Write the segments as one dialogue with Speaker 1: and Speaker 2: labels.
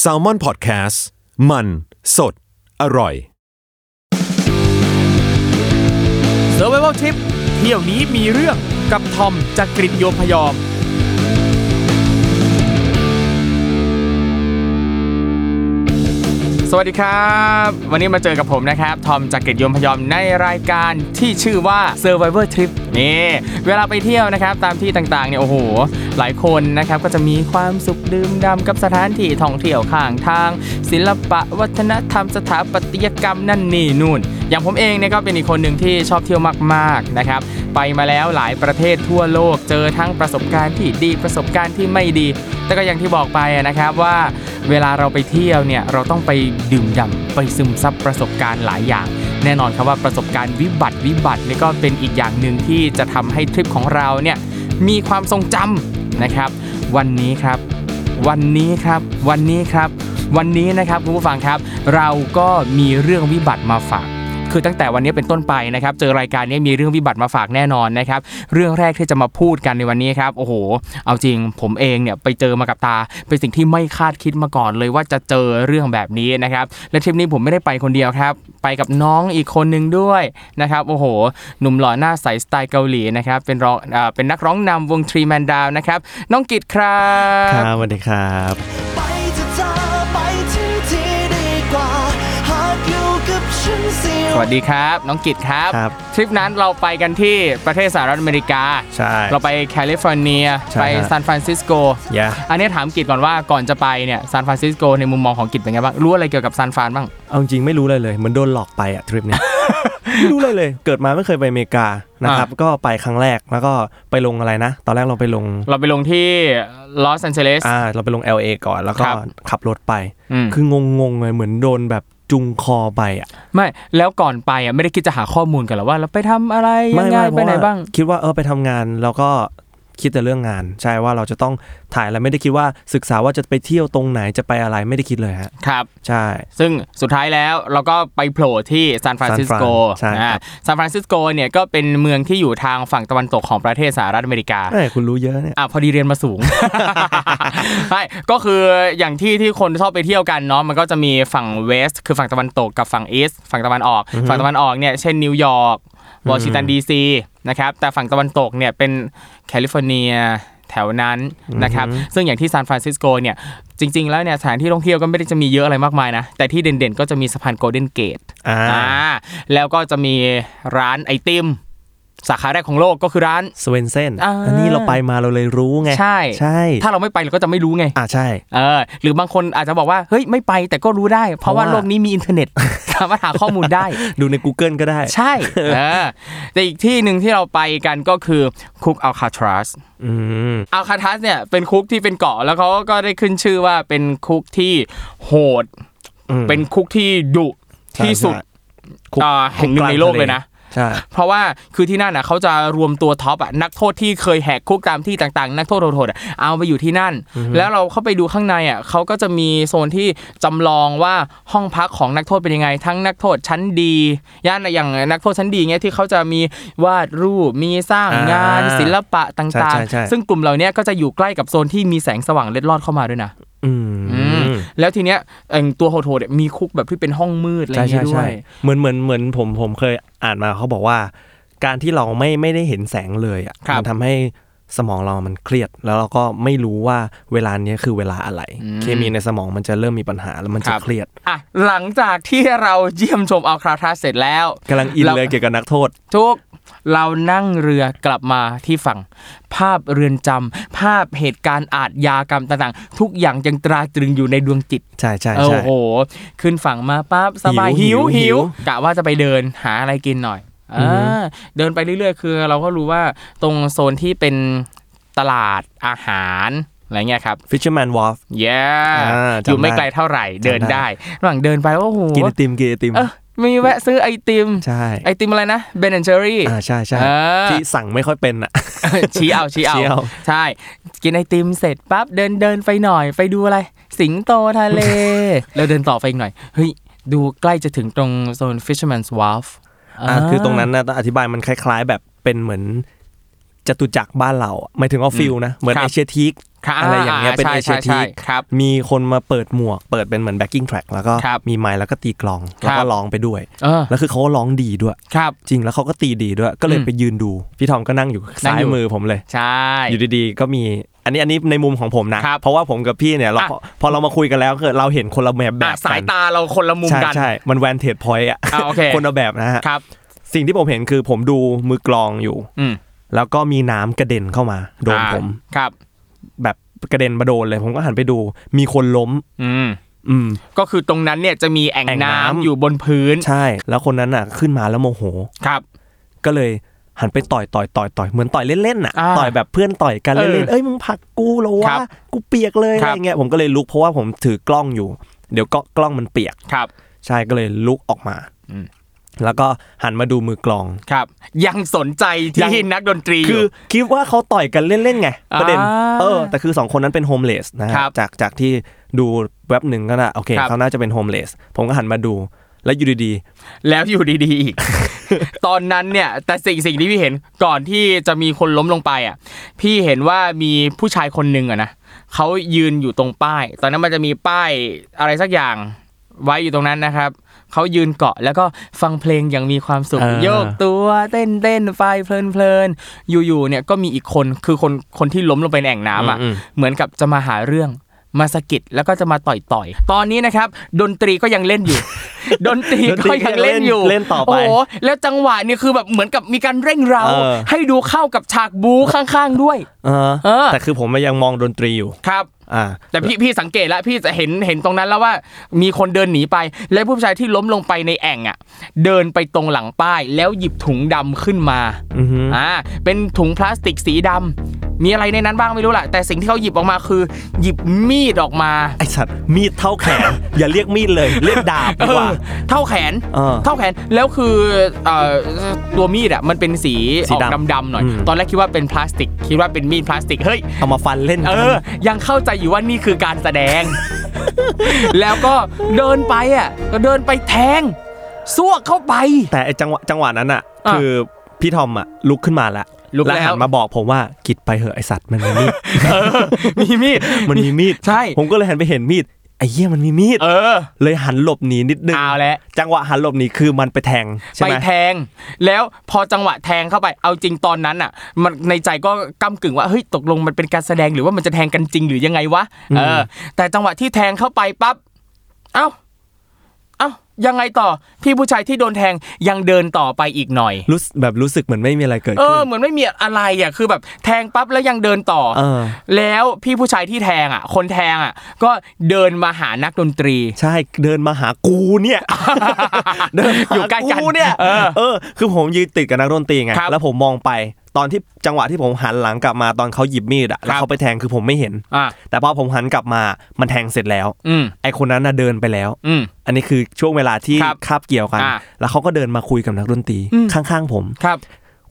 Speaker 1: แซลมอนพอดแคสต์มันสดอร่อย
Speaker 2: s u r v i v a l Trip เที่ยวนี้มีเรื่องกับทอมจากกริฑโยมพยอม สวัสดีครับ วันนี้มาเจอกับผมนะครับ ทอมจากกริฑโยมพยอมในรายการที่ชื่อว่า Survivor Trip นี่เวลาไปเที่ยวนะครับ ตามที่ต่างๆเนี่ยโอ้โห หลายคนนะครับก็จะมีความสุขดื่มด่ำกับสถานที่ท่องเที่ยวข้างทาง ศิลปะวัฒนธรรมสถาปัตยกรรมนั่นนี่นู่น อย่างผมเองเนี่ยก็เป็นอีกคนหนึ่งที่ชอบเที่ยวมากๆนะครับ ไปมาแล้วหลายประเทศทั่วโลกเจอทั้งประสบการณ์ที่ดีประสบการณ์ที่ไม่ดี แต่ก็อย่างที่บอกไปนะครับว่าเวลาเราไปเที่ยวเนี่ยเราต้องไปดื่มด่ำไปซึมซับประสบการณ์หลายอย่าง แน่นอนครับว่าประสบการณ์วิบัติวิบัตินี่ก็เป็นอีกอย่างหนึ่งที่จะทำให้ทริปของเราเนี่ยมีความทรงจำนะครับ วันนี้ครับ วันนี้ครับ วันนี้ครับ วันนี้นะครับคุณผู้ฟังครับ เราก็มีเรื่องวิบัติมาฝาก คือตั้งแต่วันนี้เป็นต้นไปนะครับ เจอรายการนี้มีเรื่องวิบัติมาฝากแน่นอนนะครับ เรื่องแรกที่จะมาพูดกันในวันนี้ครับ โอ้โห เอาจริงผมเองเนี่ยไปเจอมากับตา เป็นสิ่งที่ไม่คาดคิดมาก่อนเลยว่าจะเจอเรื่องแบบนี้นะครับ และทริปนี้ผมไม่ได้ไปคนเดียวครับ ไปกับน้องอีกคนหนึ่งด้วยนะครับ โอ้โห หนุ่มหล่อหน้าใสสไตล์เกาหลีนะครับ เป็นร้องอ่าเป็นนักร้องนำวงทรีแมนดาวนะครับ น้องกิตครับ
Speaker 3: ครับสวัสดีครับ
Speaker 4: ไปเถอะเธอไปที่ที่ดีกว่า หากอยู่กับฉันเสีย
Speaker 2: สวัสดีครับ น้องกิตครับ
Speaker 3: ครับ
Speaker 2: ทริปนั้นเราไปกันที่ประเทศสหรัฐอเมริกา
Speaker 3: ใช่
Speaker 2: เราไปแคลิฟอร์เนีย
Speaker 3: ใช่
Speaker 2: ไป
Speaker 3: ฮะ
Speaker 2: ซานฟรานซิสโก
Speaker 3: อย่า
Speaker 2: อันนี้ถามกิจก่อนว่าก่อนจะไปเนี่ยซานฟรานซิสโกในมุมมองของกิจเป็นไงบ้าง รู้อะไรเกี่ยวกับซานฟรานบ้าง
Speaker 3: เอาจริงไม่รู้เลยเลยเหมือนโดนหลอกไปอะทริ ปเนี้ย ไม่รู้เลยเลย เกิดมาไม่เคยไปอเมริกานะครับ ก็ไปครั้งแรกแล้วก็ไปลงอะไรนะ ตอนแรกเราไปลง
Speaker 2: เราไปลงที่ลอสแอนเจลิส
Speaker 3: อ่า เราไปลง LA ก่อนแล้วก็
Speaker 2: ครับ
Speaker 3: ขับรถไป
Speaker 2: อืม
Speaker 3: คืองงงๆเลยเหมือนโดนแบบจุงคอไปอะ
Speaker 2: ไม่แล้วก่อนไปอ่ะไม่ได้คิดจะหาข้อมูลกันหรอว่าเราไปทำอะไรยังไงไปไหนบ้าง
Speaker 3: คิดว่าเออไปทำงานแล้วก็คิดแต่เรื่องงาน ใช่ว่าเราจะต้องถ่ายอะไรไม่ได้คิดว่าศึกษาว่าจะไปเที่ยวตรงไหนจะไปอะไรไม่ได้คิดเลยฮะ
Speaker 2: ครับ
Speaker 3: ใช่
Speaker 2: ซึ่งสุดท้ายแล้วเราก็ไปโผล่ที่ซานฟรานซิสโก
Speaker 3: ซานฟรานใช่ครับ
Speaker 2: ซานฟรานซิสโกเนี่ยก็เป็นเมืองที่อยู่ทางฝั่งตะวันตกของประเทศสหรัฐอเมริกา
Speaker 3: เอ้ยคุณรู้เยอะเนี่ย
Speaker 2: อ่ะพอดีเรียนมาสูง ใช่ก็คืออย่างที่ที่คนชอบไปเที่ยวกันเนาะมันก็จะมีฝั่งเวสต์คือฝั่งตะวันตกกับฝั่งอีสต์ฝั่งตะวันออก ฝั่งตะวันออกเนี่ยเช่นนิวยอร์กวอชิงตันดีซีนะครับแต่ฝั่งตะวันตกเนี่ยเป็นแคลิฟอร์เนียแถวนั้นนะครับซึ่งอย่างที่ซานฟรานซิสโกเนี่ยจริง ๆ แล้วเนี่ยสถานที่ท่องเที่ยวก็ไม่ได้จะมีเยอะอะไรมากมายนะแต่ที่เด่นๆก็จะมีสะพานโกลเด้นเกต
Speaker 3: อ่า
Speaker 2: อ่าแล้วก็จะมีร้านไอติม สาขาแรกของโลกก็คือร้าน
Speaker 3: สเวนเซน
Speaker 2: อ่า
Speaker 3: อันนี้เราไปมาเราเลยรู้ไง
Speaker 2: ใช่
Speaker 3: ใช่
Speaker 2: ถ้าเราไม่ไปเราก็จะไม่รู้ไง
Speaker 3: อ่าใช่
Speaker 2: เออหรือบางคนอาจจะบอกว่าเฮ้ยไม่ไปแต่ก็รู้ได้ เพราะว่า
Speaker 3: เพราะว่า
Speaker 2: โลกนี้มีอินเทอร์เน็ต สามารถหาข้อมูลได้
Speaker 3: ดูใน Google ก็ได้
Speaker 2: ใช่เออแต่อีกที่หนึ่งที่เราไปกันก็คือคุกอัลคาทรัส
Speaker 3: อืม
Speaker 2: อัลคาทรัสเนี่ยเป็นคุกที่เป็นเกาะแล้วเขาก็ได้ขึ้นชื่อว่าเป็นคุกที่โหด
Speaker 3: อืม
Speaker 2: เป็นคุกที่ดุ
Speaker 3: ใช่
Speaker 2: ที่สุด
Speaker 3: ใช่
Speaker 2: อ่าแห่งหนึ่งในโลกเลยนะ
Speaker 3: ใช่
Speaker 2: เพราะว่าคือที่นั่นนะเขาจะรวมตัวท็อปอะนักโทษที่เคยแหกคุกตามที่ต่างๆ นักโทษโหดๆอะเอาไปอยู่ที่นั่น แล้วเราเข้าไปดูข้างในอ่ะเขาก็จะมีโซนที่จำลองว่าห้องพักของนักโทษเป็นยังไง ทั้งนักโทษชั้นดีย่านอย่างนักโทษชั้นดีเงี้ยที่เขาจะมีวาดรูปมีสร้างงานศิลปะต่างๆ ซึ่งกลุ่มเหล่านี้ก็จะอยู่ใกล้กับโซนที่มีแสงสว่างเล็ดลอดเข้ามาด้วยนะ
Speaker 3: อื
Speaker 2: ม
Speaker 3: ม
Speaker 2: แล้วทีเนี้ยเอิ่งตัวโหดๆเนี่ยมีคุกแบบที่เป็นห้องมืดอะไรอ
Speaker 3: ใช่
Speaker 2: ย่างงี้ด้ว
Speaker 3: ใช่ใช่
Speaker 2: ย
Speaker 3: เหมือนเหมือนเหมือนผมผมเคยอ่านมาเขาบอกว่า การที่เราไม่ไม่ได้เห็นแสงเลยอ่ะ
Speaker 2: ครับ
Speaker 3: มัทำให้สมองเรามันเครียด แล้วเราก็ไม่รู้ว่าเวลาเนี้ยคือเวลาอะไร เคมีในสมองมันจะเริ่มมีปัญหาแล้วมันจะเครียด
Speaker 2: อ่ะหลังจากที่เราเยี่ยมชมอัลคาทรัสเสร็จแล้ว
Speaker 3: กำลังอิน
Speaker 2: เรา
Speaker 3: เลยเกี่ยวกับนักโทษ
Speaker 2: ทุกเรานั่งเรือกลับมาที่ฝั่ง ภาพเรือนจำภาพเหตุการณ์อาทยากรรมต่างๆ ทุกอย่างยังตราตรึงอยู่ในดวงจิต
Speaker 3: ใช่ใช่
Speaker 2: โอ้
Speaker 3: ใช่
Speaker 2: โห ขึ้นฝั่งมาปั๊บสบาย
Speaker 3: หิ
Speaker 2: หิว
Speaker 3: วหิ
Speaker 2: หิว
Speaker 3: ว
Speaker 2: กะว่าจะไปเดินหาอะไรกินหน่อยอ่าเดินไปเรื่อยๆ คือเราก็รู้ว่าตรงโซนที่เป็นตลาดอาหารอะไรเงี้ยครับ
Speaker 3: Fisherman Wharf
Speaker 2: เย้
Speaker 3: อ่า
Speaker 2: อยู่ไม่
Speaker 3: จำได้
Speaker 2: ไกลเท่าไหร่เดิน
Speaker 3: จำได้
Speaker 2: ได้ระหว่างเดินไปโอ้โห
Speaker 3: กินไอติมกินไอติม
Speaker 2: เออมีแวะซื้อไอติม
Speaker 3: ใช่
Speaker 2: ไอติมอะไรนะเบนแอนเจอรี่
Speaker 3: อ่าใช่ใช่
Speaker 2: อ่า
Speaker 3: ที่สั่งไม่ค่อยเป็นอ่ะ
Speaker 2: ชี้เอาชี้เอา
Speaker 3: ชี้เอา
Speaker 2: ใช่ กินไอติมเสร็จปั๊บเดินเดินไปหน่อย ไปดูอะไร สิงโต ทะเล แล้วเดินต่อไปอีกหน่อย เฮ้ย ดูใกล้จะถึงตรงโซน Fisherman's Wharf
Speaker 3: อ่าคือตรงนั้นนะต้องอธิบายมันคล้าย ๆ แบบเป็นเหมือนจตุจักรบ้านเราอะหมายถึงว่าฟิลนะ เหมือน
Speaker 2: ครับ
Speaker 3: เอเชียทีก
Speaker 2: ครับ
Speaker 3: อะไรอย่างเงี้ย
Speaker 2: อ่า
Speaker 3: เป็น
Speaker 2: ใช่
Speaker 3: เอเชี
Speaker 2: ใช่
Speaker 3: ยที
Speaker 2: ใช่ครับ
Speaker 3: มีคนมาเปิดหมวก เปิดเป็นเหมือนแบ็กกิ้งแทร็กแล้วก็
Speaker 2: ครับ
Speaker 3: มีไม้แล้วก็ตีกลอง
Speaker 2: ครับ
Speaker 3: แล้วก็ร้องไปด้วย
Speaker 2: เออ
Speaker 3: แล้วคือเขาก็ร้องดีด้วย
Speaker 2: ครับ
Speaker 3: จริงแล้วเขาก็ตีดีด้วย ก็เลย
Speaker 2: อืม
Speaker 3: ไปยืนดู พี่ทอมก็นั่งอยู่
Speaker 2: นั่
Speaker 3: ซ้าง ย
Speaker 2: อยู่
Speaker 3: มือผมเลย
Speaker 2: ใช่
Speaker 3: อยู่ดีๆ ก็มี อันนี้อันนี้ในมุมของผมนะ
Speaker 2: ครับ
Speaker 3: เพราะว่าผมกับพี่เนี่ยเรา
Speaker 2: อ่ะ
Speaker 3: พอเรามาคุยกันแล้วคือเราเห็นคนละแบบแบ
Speaker 2: อ่ะ
Speaker 3: บ
Speaker 2: สาย
Speaker 3: กัน
Speaker 2: ตาเราคนละมุม
Speaker 3: ใช่
Speaker 2: กัน
Speaker 3: ใช่มันแวนเทจพอยต์อ่ะ
Speaker 2: อ่ะโอเค
Speaker 3: คนละแบบนะฮะ
Speaker 2: ครับ
Speaker 3: สิ่งที่ผมเห็นคือผมดูมือกลองอยู่
Speaker 2: อืม
Speaker 3: แล้วก็มีน้ำกระเด็นเข้ามาโดน
Speaker 2: อ่า
Speaker 3: ผม
Speaker 2: ครับ
Speaker 3: แบบกระเด็นมาโดนเลย ผมก็หันไปดู มีคนล้ม
Speaker 2: อืม
Speaker 3: อืม
Speaker 2: ก็คือตรงนั้นเนี่ยจะมีแอ่ง
Speaker 3: แอ่ง
Speaker 2: น้ำ
Speaker 3: น้ำ
Speaker 2: อยู่บนพื้น
Speaker 3: ใช่ แล้วคนนั้นอ่ะ ขึ้นมาแล้วโมโห
Speaker 2: ครับ
Speaker 3: ก็เลยหันไปต่อยต่อยต่อยต่อยเหมือนต่อยเล่นๆน่ะ
Speaker 2: อ่า
Speaker 3: ต่อยแบบเพื่อนต่อยกัน
Speaker 2: เออ
Speaker 3: เล่นๆเอ้ยมึงผลักกูเหรอ
Speaker 2: ครั
Speaker 3: วะ
Speaker 2: บ
Speaker 3: กูเปียกเลย
Speaker 2: ค
Speaker 3: อะ
Speaker 2: รับ
Speaker 3: ไรเงี้ยผมก็เลยลุกเพราะว่าผมถือกล้องอยู่ เดี๋ยวก็กล้องมันเปียก
Speaker 2: ครับ
Speaker 3: ใช่ก็เลยลุกออกมา
Speaker 2: อืม
Speaker 3: แล้วก็หันมาดูมือกลอง
Speaker 2: ครับ ยังสนใจ
Speaker 3: ยัง
Speaker 2: ที่นักดนตรี
Speaker 3: คือ อคิดว่าเขาต่อยกันเล่นๆไง
Speaker 2: อ่า
Speaker 3: ประเด็นเออแต่คือสองคนนั้นเป็นโฮมเลสนะฮะ
Speaker 2: ครับ
Speaker 3: จากจากที่ดูเว็บหนึ่งก็น่ะโอเค
Speaker 2: ครับ
Speaker 3: เขาน่าจะเป็นโฮมเลสผมก็หันมาดูแล้วอยู่ดี
Speaker 2: แล้วอยู่ดีๆอีก ตอนนั้นเนี่ย แต่สิ่งสิ่งที่พี่เห็นก่อนที่จะมีคนล้มลงไปอ่ะ พี่เห็นว่ามีผู้ชายคนหนึ่งอ่ะนะเขายืนอยู่ตรงป้าย ตอนนั้นมันจะมีป้ายอะไรสักอย่างไว้อยู่ตรงนั้นนะครับเขายืนเกาะแล้วก็ฟังเพลงอย่างมีความสุขโยกตัวเต้นเต้นไฟเพลินเพลินอยู่ๆเนี่ยก็มีอีกคนคือคนคนที่ล้มลงไปในแอ่ง
Speaker 3: ๆ
Speaker 2: น้ำอ่ะ
Speaker 3: อืม
Speaker 2: เหมือนกับจะมาหาเรื่องมาสะกิดแล้วก็จะมาต่อยต่อยๆตอนนี้นะครับ ดนตรีก็ยังเล่นอยู่ ดนตรี
Speaker 3: ดนตรี
Speaker 2: ก็ยังเล่นอยู่
Speaker 3: เล่นต่อไป
Speaker 2: โอ้โหแล้วจังหวะเนี่ยคือแบบเหมือนกับมีการเร่งเรา
Speaker 3: เออ
Speaker 2: ให้ดูเข้ากับฉากบู๊ข้างๆด้วย
Speaker 3: เออ
Speaker 2: เออ
Speaker 3: แต่คือผมมันยังมองดนตรีอยู่
Speaker 2: ครับ
Speaker 3: อ่า
Speaker 2: แต่พี่พี่สังเกตแล้วพี่จะเห็นเห็นตรงนั้นแล้วว่ามีคนเดินหนีไป และผู้ชายที่ล้มลงไปในแอ่งอ่ะ เดินไปตรงหลังป้าย แล้วหยิบถุงดำขึ้นมา
Speaker 3: อือฮึ
Speaker 2: อ่า เป็นถุงพลาสติกสีดำ มีอะไรในนั้นบ้างไม่รู้แหละ แต่สิ่งที่เขาหยิบออกมาคือ หยิบมีดออกมา
Speaker 3: ไอสัตว์มีดเท่าแขน อย่าเรียกมีดเลย เรียกดาบ
Speaker 2: เอ
Speaker 3: ดีกว่า
Speaker 2: อเท่าแขน
Speaker 3: เออ
Speaker 2: เท่าแขน แล้วคือเอ่อตัวมีดอ่ะ มันเป็นสี
Speaker 3: สี
Speaker 2: ออก
Speaker 3: ดำ
Speaker 2: ดำๆหน่อย
Speaker 3: อืม
Speaker 2: ตอนแรกคิดว่าเป็นพลาสติก คิดว่าเป็นมีดพลาสติก เฮ้ย
Speaker 3: เอามาฟันเล่นกั
Speaker 2: เอน อ ยังเข้าใจอยู่ว่านี่คือการแสด ง แล้วก็เดินไปอ่ะ ก็เดินไปแทงซ่วกเข้าไป
Speaker 3: แต่ไอจังหวะจังหวะนั้นอ่ะ
Speaker 2: อ่ะ
Speaker 3: คือพี่ทอมอ่ะลุกขึ้นมาละ
Speaker 2: ลุกแล้ว
Speaker 3: หันมาบอกผมว่ากิดไปเหอะไอสัตว์มันมีมีด
Speaker 2: เออ มีมีด
Speaker 3: มันมีมีด
Speaker 2: ใช่
Speaker 3: ผมก็เลยหันไปเห็นมีดไอ้เหี้ยมันมีมีด
Speaker 2: เออ
Speaker 3: เลยหันหลบหนีนิดนึง
Speaker 2: เอาแล้ว
Speaker 3: จังหวะหันหลบหนีคือมันไปแทงใช่
Speaker 2: ไป
Speaker 3: ไหม
Speaker 2: แทง แล้วพอจังหวะแทงเข้าไปเอาจริงตอนนั้นอ่ะ มันในใจก็ก้ากึ่งว่าเฮ้ยตกลงมันเป็นการแสดงหรือว่ามันจะแทงกันจริงหรือยังไงวะเออ แต่จังหวะที่แทงเข้าไปปั๊บเอ้าเอ้ายังไงต่อพี่ผู้ชายที่โดนแทงยังเดินต่อไปอีกหน่อย
Speaker 3: รู้สึกแบบรู้สึกเหมือนไม่มีอะไรเกิด
Speaker 2: เอ
Speaker 3: ขึ้
Speaker 2: อน เหมือนไม่มีอะไรอ่ะคือแบบแทงปั๊บแล้วยังเดินต่อ
Speaker 3: เออ
Speaker 2: แล้วพี่ผู้ชายที่แทงอ่ะ คนแทงอ่ะ ก็เดินมาหานักดนตรี
Speaker 3: ใช่เดินมาหากูเนี่ย เดินมา หา
Speaker 2: อยู่ใกล้กัน
Speaker 3: เนี่ย
Speaker 2: เออ
Speaker 3: เออ คือผมยืนติดกับนักดนตรีไง
Speaker 2: ครับ
Speaker 3: แล้วผมมองไปตอนที่จังหวะที่ผมหันหลังกลับมาตอนเขาหยิบมีดอะแล้
Speaker 2: ค
Speaker 3: ว
Speaker 2: รับ
Speaker 3: เขาไปแทงคือผมไม่เห็น
Speaker 2: อ่ะ
Speaker 3: แต่พอผมหันกลับมามันแทงเสร็จแล้ว
Speaker 2: อืม
Speaker 3: ไอคนนั้นน่ะเดินไปแล้ว
Speaker 2: อืม
Speaker 3: อันนี้คือช่วงเวลาที่
Speaker 2: ครับ
Speaker 3: คาบเกี่ยวกัน
Speaker 2: อ่า
Speaker 3: แล้วเขาก็เดินมาคุยกับนักดนตรี
Speaker 2: อืม
Speaker 3: ข้างๆผม
Speaker 2: ครับ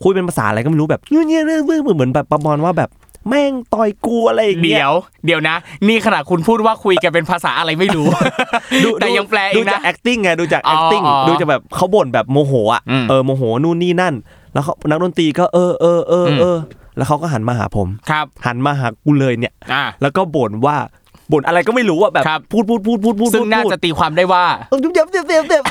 Speaker 3: คุยเป็นภาษาอะไรก็ไม่รู้แบบเงี้ยเงี้ยเงี้ยเงี้ยเหมือนแบบประมาณว่าแบบแม่งต่อยกูอะไรอย่างเงี้
Speaker 2: เดี๋
Speaker 3: ย
Speaker 2: ยว เดี๋ยวนะ นี่ขนาดคุณพูดว่าคุยกันเป็นภาษาอะไรไม่รู้ แต่ยังแปลเอ
Speaker 3: ดู
Speaker 2: ง
Speaker 3: จาก
Speaker 2: นะ
Speaker 3: acting ไงดูจาก
Speaker 2: อ๋อ
Speaker 3: acting
Speaker 2: อ๋อ
Speaker 3: ดูจากแบบเขาบ่นแบบโมโหอ่ะ
Speaker 2: อืม
Speaker 3: เออโมโหนู่นนี่นั่น แล้วเขานักดนตรีก็เออเออเออเออแล้วเขาก็หันมาหาผม
Speaker 2: ครับ
Speaker 3: หันมาหากูเลยเนี่ย
Speaker 2: อ่า
Speaker 3: แล้วก็บ่นว่าบ่นอะไรก็ไม่รู้อ่ะแบบ
Speaker 2: ครับ
Speaker 3: พูดพูดพูดพูดพูด
Speaker 2: ซึ่งน่า
Speaker 3: พูด
Speaker 2: จะตีความได้ว่า
Speaker 3: เออเจ็บเจ็บเจ็บเจ็บ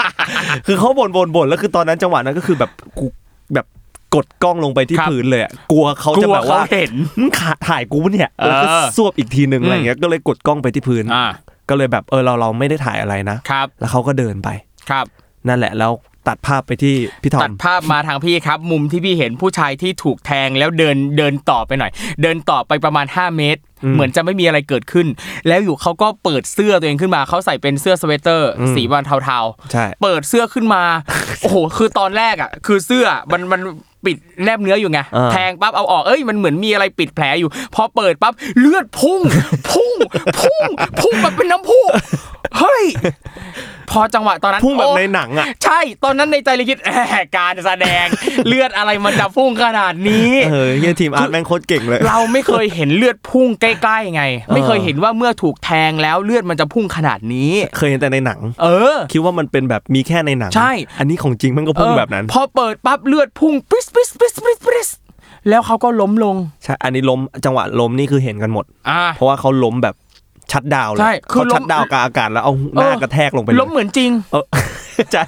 Speaker 3: คือเขาบ่นบ่นบ่นแล้วคือตอนนั้นจังหวะนั้นก็คือแบบกูแบบกดกล้องลงไปที่
Speaker 2: ครับ
Speaker 3: พื้นเลยอะกลัวเขา
Speaker 2: ก
Speaker 3: จะ
Speaker 2: ลัว
Speaker 3: แบบ
Speaker 2: เขา
Speaker 3: ว่า
Speaker 2: เห็น
Speaker 3: มึงขาถ่ายกูปะเนี่ย
Speaker 2: เออ
Speaker 3: แล้วก็สวบอีกทีหนึ่ง
Speaker 2: อืม
Speaker 3: อะไรเงี้ยก็เลยกดกล้องไปที่พื้น
Speaker 2: อ่า
Speaker 3: ก็เลยแบบเออเราเราไม่ได้ถ่ายอะไรนะ
Speaker 2: ครับ
Speaker 3: แล้วเขาก็เดินไป
Speaker 2: ครับ
Speaker 3: นั่นแหละแล้วตัดภาพไปที่พี่ทอ
Speaker 2: ตัด
Speaker 3: ม
Speaker 2: ภาพมาทางพี่ครับ มุมที่พี่เห็นผู้ชายที่ถูกแทงแล้วเดินเดินต่อไปหน่อย เดินต่อไปประมาณ 5 เมตร
Speaker 3: อืม
Speaker 2: เหมือนจะไม่มีอะไรเกิดขึ้น แล้วอยู่เขาก็เปิดเสื้อตัวเองขึ้นมาเขาใส่เป็นเสื้อสเวตเตอร์
Speaker 3: อืม
Speaker 2: สีบอลเทาๆ
Speaker 3: ใช่
Speaker 2: เปิดเสื้อขึ้นมา โอ้โห คือตอนแรกอ่ะ คือเสื้อมันมันปิดแนบเนื้ออยู่ไง
Speaker 3: อ่า
Speaker 2: แทงปั๊บเอาออก เอ้ย มันเหมือนมีอะไรปิดแผลอยู่ พอเปิดปั๊บเลือดพุ่ง พุ่ง พุ่ง พุ่งแบบเป็นน้ำพุเฮ้ย พอจังหวะตอนนั้น
Speaker 3: พุ่งแบบ
Speaker 2: โอ้
Speaker 3: ในหนังอ่ะ
Speaker 2: ใช่ ตอนนั้นในใจเลยคิดแหมการแสดง เลือดอะไรมันจะพุ่งขนาดนี้
Speaker 3: เออเฮียทีมอาร์ตแม่งโคตรเก่งเลย
Speaker 2: เราไม่เคยเห็นเลือดพุ่งใกล้ๆไง ไม่เคยเห็นว่าเมื่อถูกแทงแล้วเลือดมันจะพุ่งขนาดนี้
Speaker 3: เคยเห็นแต่ในหนัง
Speaker 2: เออ
Speaker 3: คิดว่ามันเป็นแบบมีแค่ในหนัง
Speaker 2: ใช่
Speaker 3: อันนี้ของจริงมันก็พุ่งแบบนั้น
Speaker 2: เออพอเปิดปั๊บเลือดพุ่งปริสปริสปริสปริสปริส แล้วเขาก็ล้มลง
Speaker 3: ใช่อันนี้ล้มจังหวะล้มนี่คือเห็นกันหมด
Speaker 2: อ่า
Speaker 3: เพราะว่าเขาล้มแบบชัดดาวน์เลย
Speaker 2: ใช่คือ
Speaker 3: เขา
Speaker 2: ล้ม
Speaker 3: ชัดดาวน์กลางอากาศแล้วเอาหน้ากระแทกลงไปเลย
Speaker 2: ล้มเหมือนจริง
Speaker 3: เออ ใช่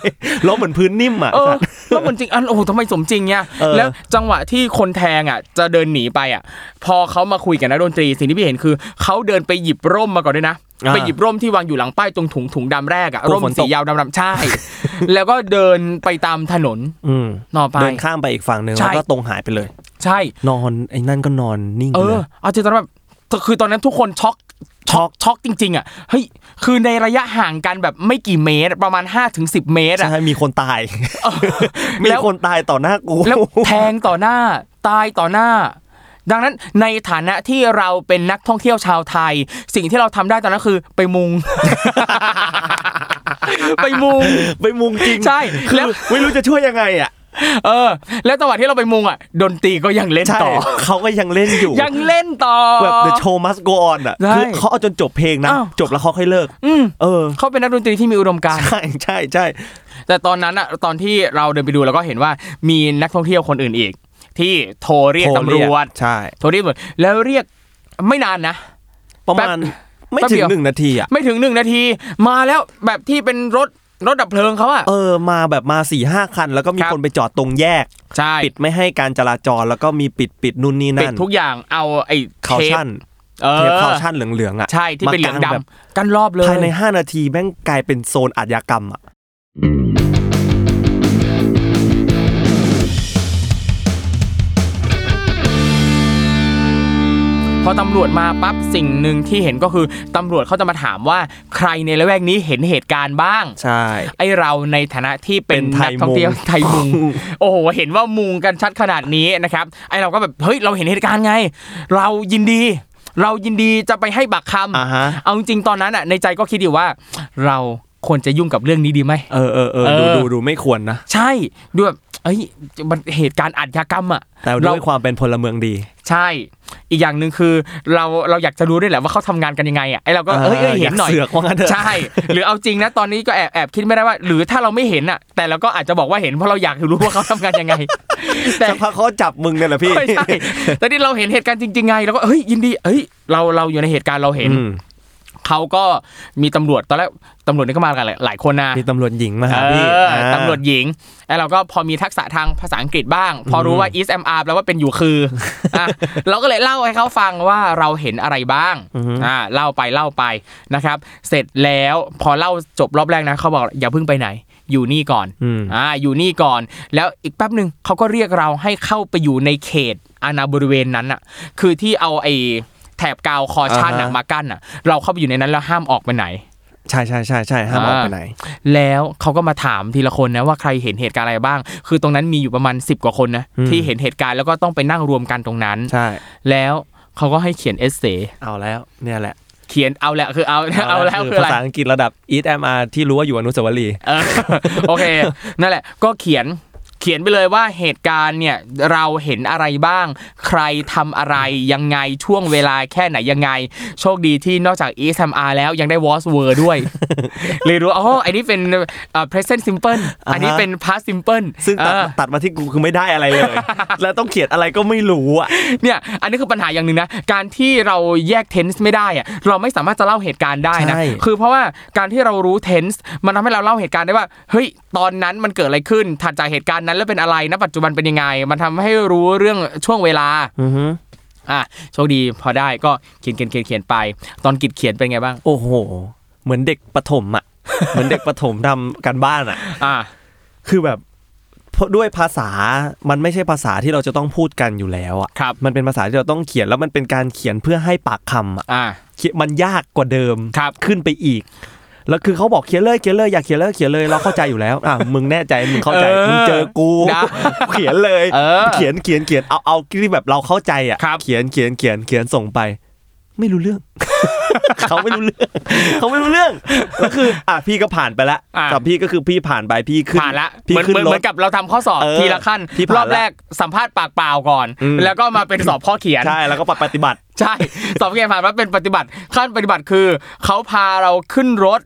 Speaker 3: ล้มเหมือนพื้นนิ่มอ่ะ
Speaker 2: เออ
Speaker 3: สัตว์
Speaker 2: แล้วมันจริงอันโอ้โหทำไมสมจริงเนี่ย
Speaker 3: เออ
Speaker 2: แล้วจังหวะที่คนแทงอ่ะ จะเดินหนีไปอ่ะ พอเขามาคุยกับนักดนตรีสิ่งที่พี่เห็นคือเขาเดินไปหยิบร่มมาก่อนด้วยนะ
Speaker 3: อ่า
Speaker 2: ไปหยิบร่มที่วางอยู่หลังป้ายตรงถุงถุงดำแรกอ่ะ
Speaker 3: กลัว
Speaker 2: ร่ม
Speaker 3: ฝนตก
Speaker 2: สียาวดำๆใช่ แล้วก็เดินไปตามถนน
Speaker 3: อืม
Speaker 2: นอไป
Speaker 3: เดินข้ามไปอีกฝั่งหนึ่ง
Speaker 2: ใช่
Speaker 3: แล้วก็ตรงหายไปเลย
Speaker 2: ใช่
Speaker 3: นอนไอ้นั่นก็นอนนิ่ง
Speaker 2: เอ
Speaker 3: เล
Speaker 2: อย เอาจริงตอนนนแบบคือตอนนั้นทุกคนช็อกช็อกช็อกจริง ๆ อ่ะเฮ้ยคือในระยะห่างกันแบบไม่กี่เมตรประมาณ 5-10 เมตรอ่ะ
Speaker 3: ใช่มีคน ตาย มี
Speaker 2: แล้ว
Speaker 3: คนตายต่อหน้ากู
Speaker 2: แล้วแทงต่อหน้าตายต่อหน้า ดังนั้นในฐานะที่เราเป็นนักท่องเที่ยวชาวไทย สิ่งที่เราทำได้ตอนนั้นคือไปมุง ไปมุง
Speaker 3: ไปมุงจริง
Speaker 2: ใช่
Speaker 3: คือ
Speaker 2: แล้ว
Speaker 3: ไม่รู้จะช่วยยังไงอ่ะ
Speaker 2: เออ แล้วจังหวะที่เราไปมุงอ่ะดนตรีก็ยังเล่น
Speaker 3: ใช่
Speaker 2: ต่อ
Speaker 3: เขาก็ยังเล่นอยู่
Speaker 2: ยังเล่นต่อ
Speaker 3: แบบ the show must go on อ่ะ
Speaker 2: ใช่
Speaker 3: คือเขาเอาจนจบเพลงนะ
Speaker 2: อ้าว
Speaker 3: จบแล้วเขาค่อยเลิก
Speaker 2: อืม
Speaker 3: เออ
Speaker 2: เขาเป็นนักดนตรีที่มีอุดมการณ์
Speaker 3: ใช่ใช่ใช่
Speaker 2: แต่ตอนนั้นอะตอนที่เราเดินไปดูเราก็เห็นว่ามีนักท่องเที่ยวคนอื่นอีก ที่โทรเรียก
Speaker 3: โทร
Speaker 2: ตำ
Speaker 3: เรี
Speaker 2: ร
Speaker 3: ยก
Speaker 2: วจ
Speaker 3: ใช่
Speaker 2: โทรเรียกตำรวจแล้วเรียกไม่นานนะ
Speaker 3: ประมาณไม่
Speaker 2: แป๊บ
Speaker 3: ถึ
Speaker 2: เดีย
Speaker 3: ง
Speaker 2: ว
Speaker 3: หนึ่งนาทีอ่ะ
Speaker 2: ไม่ถึงหนึ่งนาทีมาแล้วแบบที่เป็นรถรถดับเพลิงเขาอะ
Speaker 3: เออ มาแบบมาสี่ห้าคัน แล้วก็มี
Speaker 2: ครับ
Speaker 3: คนไปจอดตรงแยก
Speaker 2: ใช่
Speaker 3: ปิดไม่ให้การจราจรแล้วก็มีปิดปิดนู่นนี่
Speaker 2: ปิด
Speaker 3: นั่น
Speaker 2: ทุกอย่างเอาไอ้
Speaker 3: เขา
Speaker 2: ทป
Speaker 3: ชั่น
Speaker 2: เอ
Speaker 3: เทป
Speaker 2: อ
Speaker 3: เขาชั่นเหลืองๆอ่ะ
Speaker 2: ใช่ที่เป็นเหลือง
Speaker 3: มากางแบบ
Speaker 2: ดำกันรอบเลย
Speaker 3: ภายใน 5 นาทีแม่งกลายเป็นโซนอาชญากรรมอ่ะ
Speaker 2: พอตำรวจมาปั๊บสิ่งหนึ่งที่เห็นก็คือตำรวจเขาจะมาถามว่าใครในละแวกนี้เห็นเหตุการณ์บ้าง
Speaker 3: ใช่
Speaker 2: ไอเราในฐานะที่เป็น
Speaker 3: เป็นไท
Speaker 2: นัก
Speaker 3: ย
Speaker 2: ท่องเที่ยว
Speaker 3: มุง
Speaker 2: ไทยมุง โอ้โหเห็นว่ามุงกันชัดขนาดนี้นะครับไอเราก็แบบเฮ้ยเราเห็นเหตุการณ์ไง เรายินดี เรายินดีจะไปให้ปากคำ
Speaker 3: อ่าฮะ
Speaker 2: เอาจริงๆตอนนั้นอ่ะในใจก็คิดอยู่ว่า เราควรจะยุ่งกับเรื่องนี้ดีไหม
Speaker 3: เออเออเออ
Speaker 2: เออ
Speaker 3: ดูดูดูไม่ควรนะ
Speaker 2: ใช่ด้วยแบบเอ้ยมันเหตุการณ์อาชญากรรมอ่ะ
Speaker 3: แต่
Speaker 2: เรา
Speaker 3: ด้วยความเป็นพลเมืองดี
Speaker 2: ใช่ อีกอย่างหนึ่งคือเราเราอยากจะรู้ด้วยแหละว่าเขาทำงานกันยังไงอ่ะไอเราก็เอ้ยเอ้ยเห็นหน่อย
Speaker 3: เสือกว่างั้นเถอะ
Speaker 2: ใช่ หรือเอาจริงนะตอนนี้ก็แอบแอบคิดไม่ได้ว่า หรือถ้าเราไม่เห็นอ่ะ แต่เราก็อาจจะบอกว่าเห็นเพราะเราอยากรู้ว่าเขาทำงานยัง ไง แต่
Speaker 3: สักพักเขาจับมึงเนี่ยแหละพี่
Speaker 2: ไม่ใช่แต่ที่เราเห็นเหตุการณ์จริงๆไงเราก็เฮ้ยยินดีเอ้ยเราเราอยู่ในเหตุการณ์เราเห็น
Speaker 3: อืม
Speaker 2: เขาก็มีตำรวจตอนแรกตำรวจนี่ก็มากันหลายหลายคนนะ
Speaker 3: มีตำรวจหญิงมาหา
Speaker 2: เอ
Speaker 3: พี่
Speaker 2: อ
Speaker 3: อ่า
Speaker 2: ตำรวจหญิงแล้วเราก็พอมีทักษะทางภาษาอังกฤษบ้าง พอรู้ว่า is am are แปลว่าเป็นอยู่ คืออ่ะเราก็เลยเล่าให้เขาฟังว่าเราเห็นอะไรบ้างอ่าเล่าไปเล่าไปนะครับ เสร็จแล้วพอเล่าจบรอบแรกนะเขาบอกอย่าเพิ่งไปไหน อยู่นี่ก่อน
Speaker 3: อืม
Speaker 2: อ่าอยู่นี่ก่อน แล้วอีกแป๊บหนึ่งเขาก็เรียกเราให้เข้าไปอยู่ในเขตอาณาบริเวณนั้นอ่ะ คือที่เอาไอ้แถบกาวคอชั่นน่ะมากั้นอ่ะ เราเข้าไปอยู่ในนั้นแล้วห้ามออกไปไหน
Speaker 3: ใช่ใช่ใช่ใช่ห้ามออกไปไหน
Speaker 2: แล้วเขาก็มาถามทีละคนนะว่าใครเห็นเหตุการณ์อะไรบ้าง คือตรงนั้นมีอยู่ประมาณ 10 กว่าคนนะ
Speaker 3: อืม
Speaker 2: ที่เห็นเหตุการณ์แล้วก็ต้องไปนั่งรวมกันตรงนั้น
Speaker 3: ใช่
Speaker 2: แล้วเขาก็ให้เขียนเอเซ
Speaker 3: เอาแล้วเนี่ยแหละ
Speaker 2: เขียนเอาแหละคือเอาเอาแล้วคือ
Speaker 3: ภา
Speaker 2: อะไร
Speaker 3: ษาอังกฤษระดับ e m r ที่รู้ว่าอยู่อนุสาวรีย์
Speaker 2: เออ โอเค นั่นแหละ ก็เขียนเขียนไปเลยว่าเหตุการณ์เนี่ยเราเห็นอะไรบ้าง ใครทำอะไรยังไงช่วงเวลาแค่ไหนยังไง โชคดีที่นอกจาก ESMR แล้วยังได้ w a s w o r d ด้วย เลยรู้อ๋ออันนี้เป็นเอ่อ present simple อันนี้เป็น past simple
Speaker 3: ซึ่งตัด
Speaker 2: เออ
Speaker 3: ตัดมาที่กูคือไม่ได้อะไร เลย แล้วต้องเขียนอะไรก็ไม่รู้อ่ะ
Speaker 2: เนี่ย อันนี้คือปัญหาอย่างหนึ่งนะ การที่เราแยกเทนส์ไม่ได้อะเราไม่สามารถจะเล่าเหตุการณ์ได้นะ
Speaker 3: ใช่
Speaker 2: คือเพราะว่าการที่เรารู้เทนส์มันทำให้เราเล่าเหตุการณ์ได้ว่า เฮ้ย ตอนนั้นมันเกิดอะไรขึ้น ถัดจากเหตุการณ์นั้นแล้วเป็นอะไร ณ ปัจจุบันเป็นยังไง มันทำให้รู้เรื่องช่วงเวลา อ่ะ โชคดีพอได้ก็เขียนเขียนเขียนเขียนไป ตอนกิจเขียนเป็นไงบ้าง
Speaker 3: โอ้โห เหมือนเด็กประถมอ่ะ เหมือนเด็กประถมทำการบ้านอ่ะ
Speaker 2: อ่ะ
Speaker 3: คือแบบเพราะด้วยภาษา มันไม่ใช่ภาษาที่เราจะต้องพูดกันอยู่แล้วอ่ะ
Speaker 2: ครับ
Speaker 3: มันเป็นภาษาที่เราต้องเขียนแล้วมันเป็นการเขียนเพื่อให้ปากคำอ่ะ
Speaker 2: อ่ะ
Speaker 3: เขียนมันยากกว่าเดิม
Speaker 2: ครับ
Speaker 3: ขึ้นไปอีก แล้วคือเขาบอกเขียนเลยเขียนเลยอยากเขียนเลยเขียนเลยเราเข้าใจอยู่แล้วอ่ะมึงแน่ใจมึงเข้าใจ
Speaker 2: เออ
Speaker 3: มึงเจอกู
Speaker 2: นะ
Speaker 3: เขียนเลย
Speaker 2: เออ
Speaker 3: เขียนเขียนเขียนเอาเอาที่แบบเราเข้าใจอ่ะ
Speaker 2: ครับ
Speaker 3: เขียนเขียนเขียนเขียนส่งไป ไม่รู้เรื่อง เขาไม่รู้เรื่องเขาไม่รู้เรื่องแล้วคือ อ่ะพี่ก็ผ่านไปละ
Speaker 2: อ่ะ
Speaker 3: กับพี่ก็คือพี่ผ่านไปพี่ขึ้น
Speaker 2: ผ่านละ
Speaker 3: พี่
Speaker 2: เหมือน
Speaker 3: ขึ้
Speaker 2: เหมือน
Speaker 3: นร
Speaker 2: เหมื
Speaker 3: ถ
Speaker 2: อนกับเราทำข้อสอบ
Speaker 3: เออ
Speaker 2: ทีละขั้น
Speaker 3: พี่ผ่าน
Speaker 2: รอบ
Speaker 3: ละ
Speaker 2: แรกสัมภาษณ์ปากเปล่าก่อน
Speaker 3: อืม
Speaker 2: แล้วก็มาเป็นสอบข้อเขียน
Speaker 3: ใช่แล้วก็ปฏิบัติ
Speaker 2: ใช่ สอบเกณฑ์ผ่านมาเป็นปฏิบัติขั้นปฏิบัติคือ เขาพาเราขึ้นรถ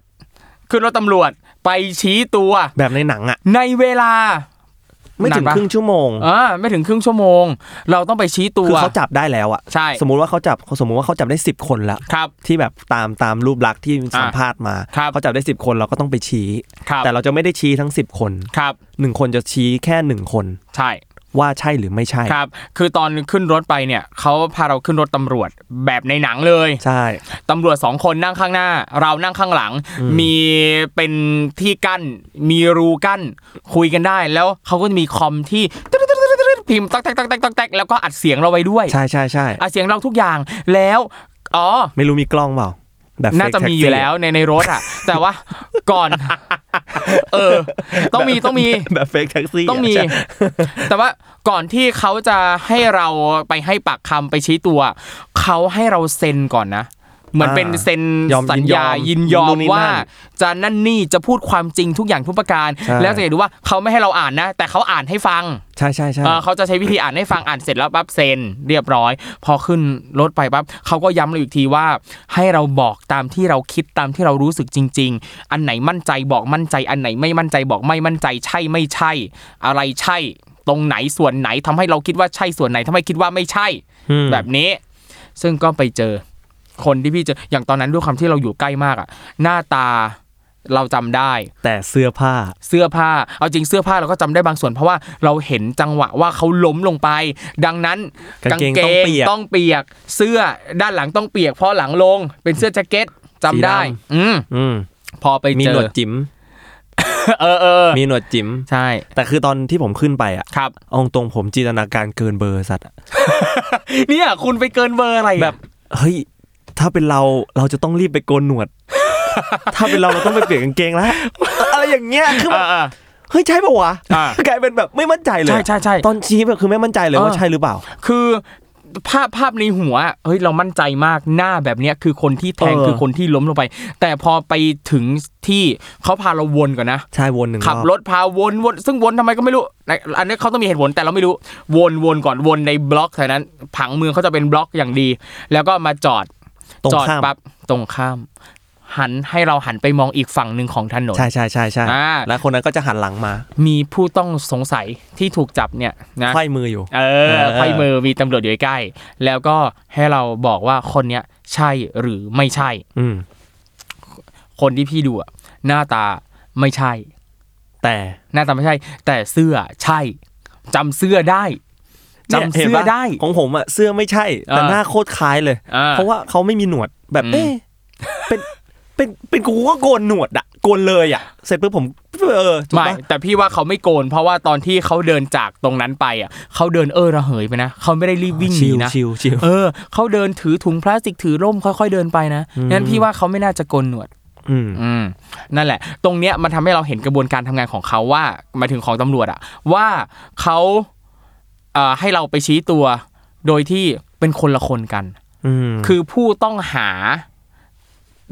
Speaker 2: ขึ้นรถตำรวจไปชี้ตัว
Speaker 3: แบบในหนังอ่ะ
Speaker 2: ในเวลา
Speaker 3: ไม่ถึง
Speaker 2: นานปะ
Speaker 3: ครึ่งชั่วโมง
Speaker 2: อ่าไม่ถึงครึ่งชั่วโมง เราต้องไปชี้ตัว
Speaker 3: คือเขาจับได้แล้วอะ
Speaker 2: ใช่
Speaker 3: สมมุติว่าเขาจับสมมุติว่าเขาจับได้ 10 คนละ
Speaker 2: ครับ
Speaker 3: ที่แบบตามตามรูปลักษณ์ที่สัมภาษณ์มา
Speaker 2: ครับ
Speaker 3: เขาจับได้ 10 คนเราก็ต้องไปชี้
Speaker 2: ครับ
Speaker 3: แต่เราจะไม่ได้ชี้ทั้ง 10 คน
Speaker 2: ครับ
Speaker 3: หนึ่งคนจะชี้แค่หนึ่งคน
Speaker 2: ใช่
Speaker 3: ว่าใช่หรือไม่ใช่
Speaker 2: ครับ คือตอนขึ้นรถไปเนี่ยเขาพาเราขึ้นรถตำรวจแบบในหนังเลย
Speaker 3: ใช่
Speaker 2: ตำรวจสองคนนั่งข้างหน้า เรานั่งข้างหลัง มีเป็นที่กั้น มีรูกั้น คุยกันได้ แล้วเขาก็จะมีคอมที่ตึ๊ดๆๆๆๆพิมพ์ตักตักตักตักตักตักแล้วก็อัดเสียงเราไว้ด้วย
Speaker 3: ใช่ใช่ใช่
Speaker 2: อัดเสียงเราทุกอย่างแล้วอ๋อ
Speaker 3: ไม่รู้มีกล้องเปล่าแบบ fake
Speaker 2: น่าจะมีอยู่
Speaker 3: taxi
Speaker 2: แล้วในในรถอ่ะ แต่ว่าก่ อน เออ ต้องมีต้องมี
Speaker 3: แบบเฟกแท็กซี่
Speaker 2: ต้องมี แต่ว่าก่อนที่เขาจะให้เราไปให้ปากคำไปชี้ตัว เขาให้เราเซ็นก่อนนะ เหมือนเป็นเซ็น
Speaker 3: ยอม
Speaker 2: สัญญาย
Speaker 3: ยิ
Speaker 2: ยิน
Speaker 3: น
Speaker 2: ย
Speaker 3: ย
Speaker 2: อ
Speaker 3: อ
Speaker 2: ม
Speaker 3: มนู่นนี่
Speaker 2: ว่า
Speaker 3: นั่
Speaker 2: จะนั่นนี่จะพูดความจริงทุกอย่างทุกประการ
Speaker 3: ใช่
Speaker 2: แล้วจะเห็นดูว่าเขาไม่ให้เราอ่านนะ แต่เขาอ่านให้ฟัง
Speaker 3: ใช่ใช่ใช่
Speaker 2: เออเขาจะใช้วิธีอ่านให้ฟังอ่านเสร็จแล้วปั๊บเซ็นเรียบร้อย พอขึ้นรถไปปั๊บเขาก็ย้ำเราอีกทีว่า ให้เราบอกตามที่เราคิดตามที่เรารู้สึกจริง ๆ อันไหนมั่นใจบอกมั่นใจ อันไหนไม่มั่นใจบอกไม่มั่นใจใช่ไม่ใช่ อะไรใช่ ตรงไหนส่วนไหนทำให้เราคิดว่าใช่ส่วนไหนทำให้คิดว่าไม่ใช่
Speaker 3: อืม
Speaker 2: แบบนี้ ซึ่งก็ไปเจอ คนที่พี่เจออย่างตอนนั้นด้วยความที่เราอยู่ใกล้มากอะหน้าตาเราจำได้
Speaker 3: แต่เสื้อผ้า
Speaker 2: เสื้อผ้า เอาจริงเสื้อผ้าเราก็จำได้บางส่วน เพราะว่าเราเห็นจังหวะว่าเขาล้มลงไป ดังนั้น
Speaker 3: กางเกงต้องเปียก
Speaker 2: ต้องเปียก เสื้อด้านหลังต้องเปียก เพราะหลังลง เป็นเสื้อแจ็คเก็ตจำ
Speaker 3: สีดำ
Speaker 2: ได้ อืม
Speaker 3: อืม
Speaker 2: พอไป
Speaker 3: มี
Speaker 2: เจ
Speaker 3: หน
Speaker 2: อ
Speaker 3: วดจิ๋ม
Speaker 2: เออเออ
Speaker 3: มีหนวดจิ๋ม
Speaker 2: ใช่
Speaker 3: แต่คือตอนที่ผมขึ้นไปอะ
Speaker 2: ครับ
Speaker 3: เอาตรงๆผมจินตนาการเกินเบอร์สัตว์อะ
Speaker 2: เนี่ยคุณไปเกินเบอร์อะไร
Speaker 3: แบบเฮ้ยถ้าเป็นเราเราจะต้องรีบไปโกนหนวด ถ้าเป็นเราเราต้องไปเปลี่ยนกางเกงแล้วอะไรอย่างเงี้ยคือแบบ
Speaker 2: อ่า
Speaker 3: เฮ้ยใช่ปะวะ
Speaker 2: อ่า
Speaker 3: กลายเป็นแบบไม่มั่นใจเลย
Speaker 2: ใช่ใช่ใช่
Speaker 3: ตอนชี้แบบคือไม่มั่นใจเลย
Speaker 2: เออ
Speaker 3: ว่าใช่หรือเปล่า
Speaker 2: คือภาพภาพในหัวเฮ้ยเรามั่นใจมากหน้าแบบเนี้ยคือคนที่แทง
Speaker 3: เออ
Speaker 2: คือคนที่ล้มลงไป แต่พอไปถึงที่เขาพาเราวนก่อนนะ
Speaker 3: ใช่วนหนึ่ง
Speaker 2: ขับ
Speaker 3: อ
Speaker 2: รถพาวนวนซึ่งวนทำไมก็ไม่รู้นะอันนี้เขาต้องมีเหตุผลแต่เราไม่รู้วนวนก่อนวนในบล็อกเท่านั้นผังเมืองเขาจะเป็นบล็อกอย่างดี แล้วก็มาจอด
Speaker 3: ตรง
Speaker 2: จอด
Speaker 3: ข้าม
Speaker 2: ปั๊บตรงข้าม หันให้เราหันไปมองอีกฝั่งหนึ่งของถนน
Speaker 3: ใช่ใช่ใช่ใช่
Speaker 2: อ่า
Speaker 3: แล้วคนนั้นก็จะหันหลังมา
Speaker 2: มีผู้ต้องสงสัยที่ถูกจับเนี่ยนะ
Speaker 3: ไขว้มืออยู่
Speaker 2: เอ
Speaker 3: เอ
Speaker 2: อ
Speaker 3: อ
Speaker 2: ไฟมือมีตำรวจอยู่ใกล้ๆแล้วก็ให้เราบอกว่าคนเนี้ยใช่หรือไม่ใช่
Speaker 3: อืม
Speaker 2: คนที่พี่ดูอะหน้าตาไม่ใช่
Speaker 3: แต่
Speaker 2: หน้าตาไม่ใช่ แต่เสื้อใช่จำเสื้อได้จำ
Speaker 3: นี่ย
Speaker 2: เสื้อ
Speaker 3: ห็นปะ
Speaker 2: ได้
Speaker 3: ของผมอะเสื้อไม่ใช่ แต่
Speaker 2: อ่า
Speaker 3: หน้าโคตรคล้ายเลย
Speaker 2: อ่า
Speaker 3: เพราะว่าเขาไม่มีหนวดแบบ
Speaker 2: อืม
Speaker 3: เอ๊ะเป็นเป็นเป็นกูก็โกนหนวดอะโกนเลยอะเสร็จปุ๊บผมเออถูก
Speaker 2: ไม่
Speaker 3: ปะ
Speaker 2: แต่พี่ว่าเขาไม่โกน เพราะว่าตอนที่เขาเดินจากตรงนั้นไปอ่ะเขาเดินเออระเหยไปนะเขาไม่ได้รีบวิ่งห
Speaker 3: ชิ
Speaker 2: นี
Speaker 3: ล
Speaker 2: นะ
Speaker 3: ชิลชิล
Speaker 2: เออเขาเดินถือถุงพลาสติกถือร่มค่อย ๆเดินไปนะงั้นพี่ว่าเขาไม่น่าจะโกนหนวด
Speaker 3: อืม
Speaker 2: อืมนั่นแหละ ตรงเนี้ยมันทำให้เราเห็นกระบวนการทำงานของเขาว่าหมายถึงของตำรวจอะว่าเขาเอ่อให้เราไปชี้ตัว โดยที่เป็นคนละคนกัน
Speaker 3: อืม
Speaker 2: คือผู้ต้องหา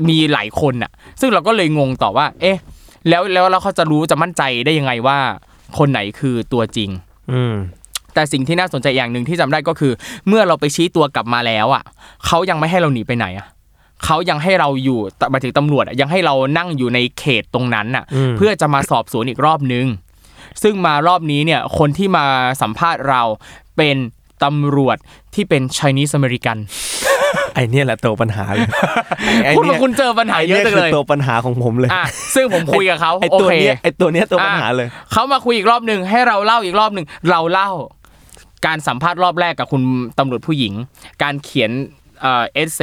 Speaker 2: มีหลายคนน่ะ ซึ่งเราก็เลยงงต่อว่า เอ๊ะ แล้วแล้วแล้วเขาจะรู้จะมั่นใจได้ยังไงว่า คนไหนคือตัวจริง
Speaker 3: อืม
Speaker 2: แต่สิ่งที่น่าสนใจอย่างหนึ่งที่จำได้ก็คือ เมื่อเราไปชี้ตัวกลับมาแล้วอ่ะเขายังไม่ให้เราหนีไปไหนอ่ะเขายังให้เราอยู่ตหมายถึงตำรวจอะยังให้เรานั่งอยู่ในเขตตรงนั้นน่ะ
Speaker 3: อืม
Speaker 2: เพื่อจะมาสอบสวนอีกรอบนึง ซึ่งมารอบนี้เนี่ยคนที่มาสัมภาษณ์เราเป็นตำรวจที่เป็น Chinese American
Speaker 3: ไอเนี่ยแหละตัวปัญหา เลยไอ้
Speaker 2: คุณ
Speaker 3: เนี่ย
Speaker 2: คุณเจอปัญหา
Speaker 3: ไอ
Speaker 2: เยอะ
Speaker 3: เนี่ย
Speaker 2: จัง
Speaker 3: คือ
Speaker 2: เลย
Speaker 3: ตัวปัญหาของผมเลย
Speaker 2: อ่ะซึ่งผมคุยกับเขา
Speaker 3: ไอ
Speaker 2: โอ
Speaker 3: ตัว
Speaker 2: เค
Speaker 3: เนี้ยไอตัวเนี้ยตัวปัญหาเลย
Speaker 2: อ่ะเขามาคุยอีกรอบหนึ่งให้เราเล่าอีกรอบหนึ่งเราเล่า การสัมภาษณ์รอบแรกกับคุณตำรวจผู้หญิง การเขียนเอ่อเอเซ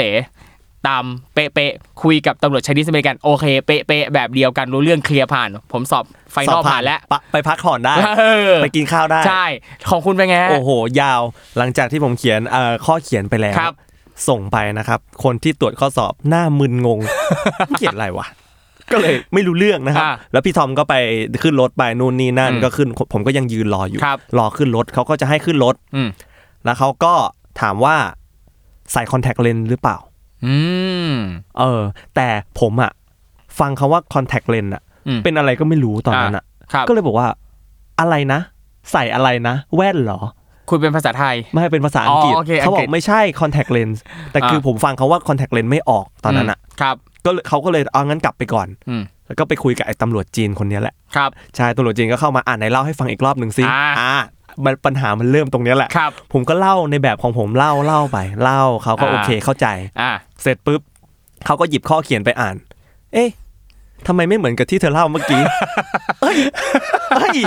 Speaker 2: ตามเป๊ะๆคุยกับตำรวจชนิดสเมริกันโอเคเป๊ะๆแบบเดียวกันรู้เรื่องเคลียร์ผ่าน ผมสอบไฟนอลผ่านแล้ว
Speaker 3: สอบปะไปพักผ่อนได้
Speaker 2: เออ
Speaker 3: ไปกินข้าวได้
Speaker 2: ใช่ของคุณเป็นไงฮะ
Speaker 3: โอ้โห ยาวหลังจากที่ผมเขียนเอ่อข้อเขียนไปแล้ว
Speaker 2: ครับ
Speaker 3: ส่งไปนะครับ คนที่ตรวจข้อสอบหน้ามึนง ง เขียนอะไรวะ ก็เลยไม่รู้เรื่องนะครับ
Speaker 2: อ่า
Speaker 3: แล้วพี่ทอมก็ไปขึ้นรถไปนู่นนี่นั่น
Speaker 2: อืม
Speaker 3: ก็ขึ้นผมก็ยังยืนรออยู่
Speaker 2: ครับ
Speaker 3: รอขึ้นรถเขาก็จะให้ขึ้นรถ
Speaker 2: อืม
Speaker 3: แล้วเขาก็ถามว่าใส่คอนแทคเลนส์หรือเปล่า
Speaker 2: อืม
Speaker 3: เออ แต่ผมอะฟังคำว่าคอนแทคเลนส์อะ
Speaker 2: อืม
Speaker 3: เป็นอะไรก็ไม่รู้ตอนนั้นอะ
Speaker 2: ครับ
Speaker 3: ก็เลยบอกว่าอะไรนะ ใส่อะไรนะ แว่นเหรอ
Speaker 2: คุยเป็นภาษาไทย
Speaker 3: ไม่เป็นภาษาอังกฤษ
Speaker 2: อ๋อโอเคอังกฤษ
Speaker 3: เขาบอกไม่ใช่ contact lens แต่คืออา ผมฟังเขาว่า contact lens ไม่ออกตอนนั้นอะ
Speaker 2: ครับ
Speaker 3: ก็เลยเขาก็เลยเอางั้นกลับไปก่อน
Speaker 2: อืม
Speaker 3: แล้วก็ไปคุยกับไอ้ตำรวจจีนคนเนี้ยแหละ
Speaker 2: ครับ
Speaker 3: ใช่ตำรวจจีนก็เข้ามาอ่านในเล่าให้ฟังอีกรอบหนึ่งสิ
Speaker 2: อ่า
Speaker 3: อ่ามันปัญหามันเริ่มตรงเนี้ยแหละ
Speaker 2: ครับ
Speaker 3: ผมก็เล่าในแบบของผมเล่าเล่าไปเล่าเขาก็
Speaker 2: อ่า
Speaker 3: โอเคเข้าใจ
Speaker 2: อ่า
Speaker 3: เสร็จปุ๊บเขาก็หยิบข้อเขียนไปอ่าน เอ๊ะทำไมไม่เหมือนกับที่เธอเล่าเมื่อกี้ เฮ้ยเฮ้ย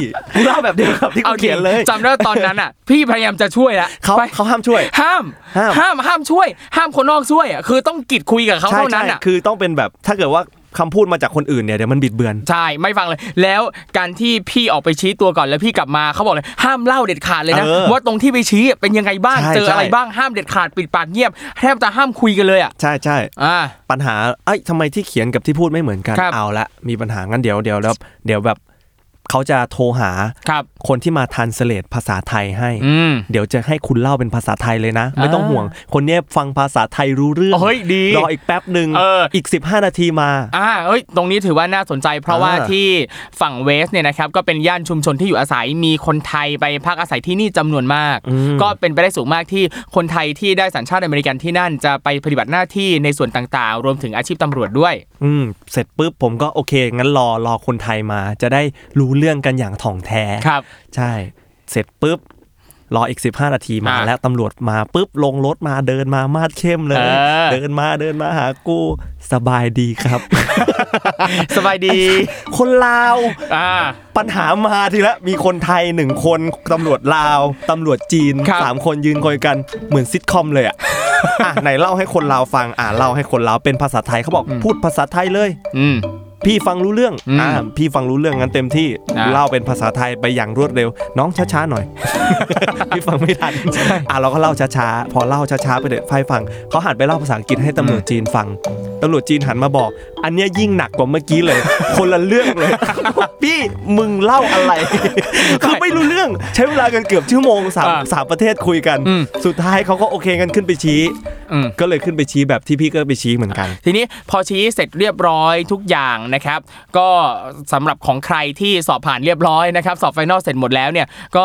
Speaker 3: เล่าแบบเดียวกับที่
Speaker 2: เอา
Speaker 3: เขาเขียนเลย
Speaker 2: จำได้ว่าตอนนั้น อ่ะ พี่พยายามจะช่วยละ
Speaker 3: เขา
Speaker 2: ไป
Speaker 3: เขาห้ามช่วย
Speaker 2: ห้าม
Speaker 3: ห้าม
Speaker 2: ห้ามห้ามช่วย ห้ามคนนอกช่วยอ่ะคือต้องกีดคุยกับเขา
Speaker 3: ใช่
Speaker 2: เท่านั้
Speaker 3: ใช่
Speaker 2: นอ่ะ
Speaker 3: คือต้องเป็นแบบถ้าเกิดว่าคำพูดมาจากคนอื่นเนี่ยเดี๋ยวมันบิดเบือน
Speaker 2: ใช่ไม่ฟังเลย แล้วการที่พี่ออกไปชี้ตัวก่อนแล้วพี่กลับมาเขาบอกเลยห้ามเล่าเด็ดขาดเลยนะ
Speaker 3: เออ
Speaker 2: ว่าตรงที่ไปชี้เป็นยังไงบ้าง
Speaker 3: ใช่
Speaker 2: เจออะไร
Speaker 3: ใช่
Speaker 2: บ้างห้ามเด็ดขาดปิดปากเงียบแทบจะห้ามคุยกันเลยอ่ะ
Speaker 3: ใช่ใช่
Speaker 2: อ่า
Speaker 3: ปัญหา เอ้ยทำไมที่เขียนกับที่พูดไม่เหมือนกัน
Speaker 2: ครับ
Speaker 3: เอาละ มีปัญหา งั้นเดี๋ยวเดี๋ยวแล้วเดี๋ยวแบบเขาจะโทรหา
Speaker 2: ครับ
Speaker 3: คนที่มาทันเสลดภาษาไทยให้
Speaker 2: อืม
Speaker 3: เดี๋ยวจะให้คุณเล่าเป็นภาษาไทยเลยนะ ไม่ต้อง
Speaker 2: อ่า
Speaker 3: ห่วง คนเนี้ยฟังภาษาไทยรู้เรื่อง
Speaker 2: เฮ้ยดี
Speaker 3: รออีกแป๊บหนึ่ง
Speaker 2: เอออี
Speaker 3: อีก 15 นาทีมา
Speaker 2: อ่าเอ้ย ตรงนี้ถือว่าน่าสนใจ เพราะว่า
Speaker 3: อ่า
Speaker 2: ที่ฝั่งเวสเนี่ยนะครับ ก็เป็นย่านชุมชนที่อยู่อาศัย มีคนไทยไปพักอาศัยที่นี่จำนวนมาก ก็เป็นไปได้สูงมากที่คนไทยที่ได้สัญชาติอเมริกันที่นั่น จะไปปฏิบัติหน้าที่ในส่วนต่างๆ รวมถึงอาชีพตำรวจด้วย
Speaker 3: ืมเสร็จปุ๊บผมก็โอเค งั้นรอรอคนไทยมา จะได้รู้เรื่องกันอย่างถ่องแท้
Speaker 2: ครับ
Speaker 3: ใช่ เสร็จปุ๊บ รออีก 15 นาทีมา
Speaker 2: อ่ะ
Speaker 3: แล้วตำรวจมาปุ๊บลงรถมาเดินมามาดเข้มเลย
Speaker 2: เออ
Speaker 3: เดินมาเดินมาหากูสบายดีครับ
Speaker 2: สบายดี
Speaker 3: คนลาว
Speaker 2: อ่า
Speaker 3: ปัญหามาทีละมีคนไทยหนึ่งคนตำรวจลาวตำรวจจีน
Speaker 2: ครับ
Speaker 3: สามคนยืนคุยกันเหมือนซิทคอมเลยอ่ะ อ่ะไหนเล่าให้คนลาวฟังอ่ะเล่าให้คนลาวเป็นภาษาไทยเขาบอกพูดภาษาไทยเลย
Speaker 2: อืม
Speaker 3: พี่ฟังรู้เรื่อง
Speaker 2: อืม
Speaker 3: อ่าพี่ฟังรู้เรื่องงั้นเต็มที่
Speaker 2: อ่า
Speaker 3: เล่าเป็นภาษาไทยไปอย่างรวดเร็ว น้องช้าๆห น่อย พี่ฟังไม่ทันอ่ะเราก็เล่าช้าๆพอเล่าช้าๆไปเด็ดไฟฟังเขาหันไปเล่าภาษาอังกฤษให้ตำรวจจีนฟังตำรวจจีนหันมาบอก อันเนี้ยยิ่งหนักกว่าเมื่อกี้เลย คนละเรื่องเลย พี่มึงเล่าอะไร คือไม่รู้เรื่องใช้เวลากันเกือบชั่วโมงสาม
Speaker 2: อ่า
Speaker 3: สามประเทศคุยกัน
Speaker 2: อืม
Speaker 3: สุดท้ายเขาก็โอเคกันขึ้นไปชี้
Speaker 2: อืม
Speaker 3: ก็เลยขึ้นไปชี้แบบที่พี่ก็ไปชี้เหมือนกัน
Speaker 2: ทีนี้พอชี้เสร็จเรียบร้อยทุกอย่างนะครับ ก็สำหรับของใครที่สอบผ่านเรียบร้อยนะครับ สอบไฟนอลเสร็จหมดแล้วเนี่ยก็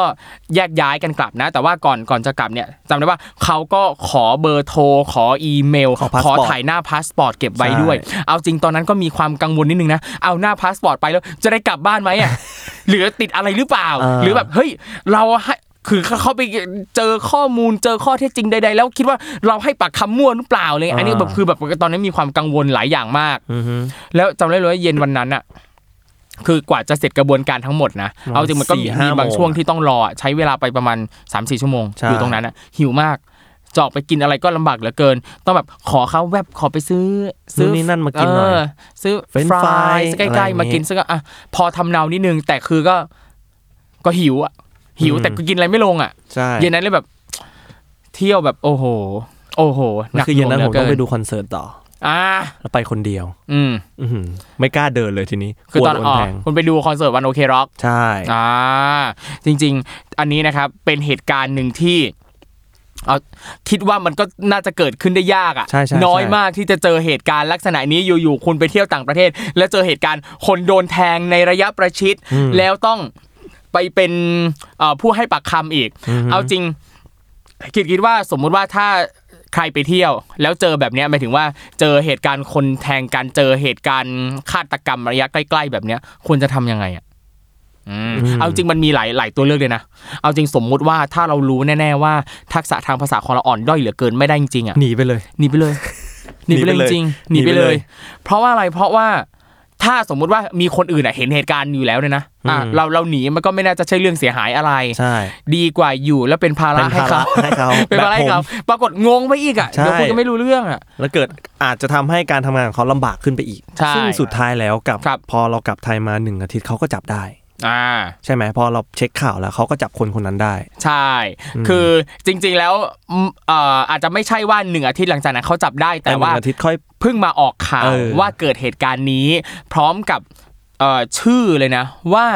Speaker 2: แยกย้ายกันกลับนะ แต่ว่าก่อนก่อนจะกลับเนี่ยจำได้ว่าเขาก็ขอเบอร์โทร ขออีเมล
Speaker 3: ขอพาสปอร์ต
Speaker 2: ขอถ่ายหน้าพาสปอร์ตเก็บไว้ด้วย
Speaker 3: ใช่
Speaker 2: เอาจริงตอนนั้นก็มีความกังวลนิดนึงนะ เอาหน้าพาสปอร์ตไปแล้วจะได้กลับบ้านไหม อ่ะ หรือติดอะไรหรือเปล่า
Speaker 3: อ่า
Speaker 2: หรือแบบเฮ้ยเราให้คือเขาไปเจอข้อมูลเจอข้อเท็จจริงใดๆแล้วคิดว่าเราให้ปากคำมั่วหรือเปล่าเลย อันนี้แบบคือแบบตอนนั้นมีความกังวลหลายอย่างมาก แล้วจำได้เลยว่าเย็นวันนั้นอะคือกว่าจะเสร็จกระบวนการทั้งหมดนะ เอาจริงมันก็
Speaker 3: สี่
Speaker 2: มี
Speaker 3: ห้า
Speaker 2: บาง
Speaker 3: โมง
Speaker 2: ช่วงที่ต้องรออะใช้เวลาไปประมาณ 3 4 ชั่วโมง
Speaker 3: ใช่
Speaker 2: อยู่ตรงนั้นอะหิวมากจะออกไปกินอะไรก็ลำบากเหลือเกิน ต้องแบบขอเขาแวบขอไปซื้อ
Speaker 3: ซื้
Speaker 2: ซื้
Speaker 3: อนี่นั่นมากินหน่อย
Speaker 2: เซื้อ
Speaker 3: French
Speaker 2: ฟราย
Speaker 3: fries
Speaker 2: ใก
Speaker 3: อะไร
Speaker 2: ล้
Speaker 3: อย่างงี้
Speaker 2: ๆมากินซึ่งก็อ่ะพอทำเนานิดนึง แต่คือก็ก็หิวอะหิว
Speaker 3: อืม
Speaker 2: แต่ก็กินอะไรไม่ลงอะ
Speaker 3: ใช่
Speaker 2: เย็นนั้นเลยแบบ เที่ยวแบบ โอ้โห โอ้โหหนัก
Speaker 3: คือ
Speaker 2: ห
Speaker 3: เย็น
Speaker 2: วง
Speaker 3: นั้น
Speaker 2: หลื
Speaker 3: ผมต้อง
Speaker 2: เกิ
Speaker 3: ไปดูคอนเสิร์ตต่อ
Speaker 2: อ่า
Speaker 3: แล้วไปคนเดียว
Speaker 2: อืม
Speaker 3: อื้อหือไม่กล้าเดินเลยทีนี้
Speaker 2: คือตอน
Speaker 3: กลั
Speaker 2: อ
Speaker 3: วโด
Speaker 2: อก
Speaker 3: แทง
Speaker 2: คุณไปดูคอนเสิร์ตวันโอเคร็อก
Speaker 3: ใช่
Speaker 2: อ่า จริง ๆ อันนี้นะครับเป็นเหตุการณ์หนึ่งที่เอาคิดว่ามันก็น่าจะเกิดขึ้นได้ยาก
Speaker 3: ใช่ใช่
Speaker 2: อะ่ะน้อย
Speaker 3: ใช่
Speaker 2: มากที่จะเจอเหตุการณ์ลักษณะนี้อยู่ๆคุณไปเที่ยวต่างประเทศ แล้วเจอเหตุการณ์คนโดนแทงในระยะประชิด แล้วต้องไปเป็นเอ่อผู้ให้ปากคำอีก เอาจริง คิดคิดว่าสมมุติว่าถ้าใครไปเที่ยว แล้วเจอแบบเนี้ยหมายถึงว่าเจอเหตุการณ์คนแทงกันเจอเหตุการณ์ฆาตกรรมระยะใกล้ ๆ แบบเนี้ยควรจะทำยังไงอ่ะอืมเอาจริงมันมีหลายหลายตัวเลือกเลยนะเอาจริงสมมุติว่าถ้าเรารู้แน่ๆว่าทักษะทางภาษาของเราอ่อนด้อยเหลือเกินไม่ได้จริงๆอ่ะ
Speaker 3: หนีไปเลย
Speaker 2: หนีไปเลยหนีไปเลยจริงๆหนีไปเลย เพราะว่าอะไรเพราะว่าถ้าสมมุติว่ามีคนอื่นอ่ะเห็นเหตุการณ์อยู่แล้วเนี่ยนะอ่ะ
Speaker 3: อืม
Speaker 2: เราเราหนีมันก็ไม่น่าจะใช่เรื่องเสียหายอะไร
Speaker 3: ใช่
Speaker 2: ดีกว่าอยู่แล้วเป็นภา
Speaker 3: เป็
Speaker 2: ระ
Speaker 3: น
Speaker 2: ให้
Speaker 3: ภาระ
Speaker 2: เขา
Speaker 3: ให้เขา
Speaker 2: เป็นอะไรค
Speaker 3: แบบผ
Speaker 2: รับ
Speaker 3: ม
Speaker 2: ปรากฏงงไปอีกอ่ะ
Speaker 3: ใช่
Speaker 2: เดี๋ยวคุณก็ไม่รู้เรื่องอ่ะ
Speaker 3: แล้วเกิดอาจจะทำให้การทำงานของเขาลำบากขึ้นไปอีก
Speaker 2: ใช่
Speaker 3: ซึ่งสุดท้ายแล้วกลับ
Speaker 2: ครับ
Speaker 3: พอเรากลับไทยมาหนึ่งอาทิตย์เขาก็จับได้
Speaker 2: อ่า
Speaker 3: ใช่ไหมพอเราเช็คข่าวแล้วเขาก็จับคนคนนั้นได้
Speaker 2: ใช่ คือจริงๆแล้วอืมเอ่ออาจจะไม่ใช่ว่าหนึ่งอาทิตย์หลังจากนั้นเขาจับได้
Speaker 3: แต่
Speaker 2: แต่
Speaker 3: ห
Speaker 2: ว่า
Speaker 3: นึ่งอาทิตย์ค่อย
Speaker 2: เพิ่งมาออกข่าว
Speaker 3: เออ
Speaker 2: ว่าเกิดเหตุการณ์นี้ พร้อมกับเอ่อชื่อเลยนะ ว่า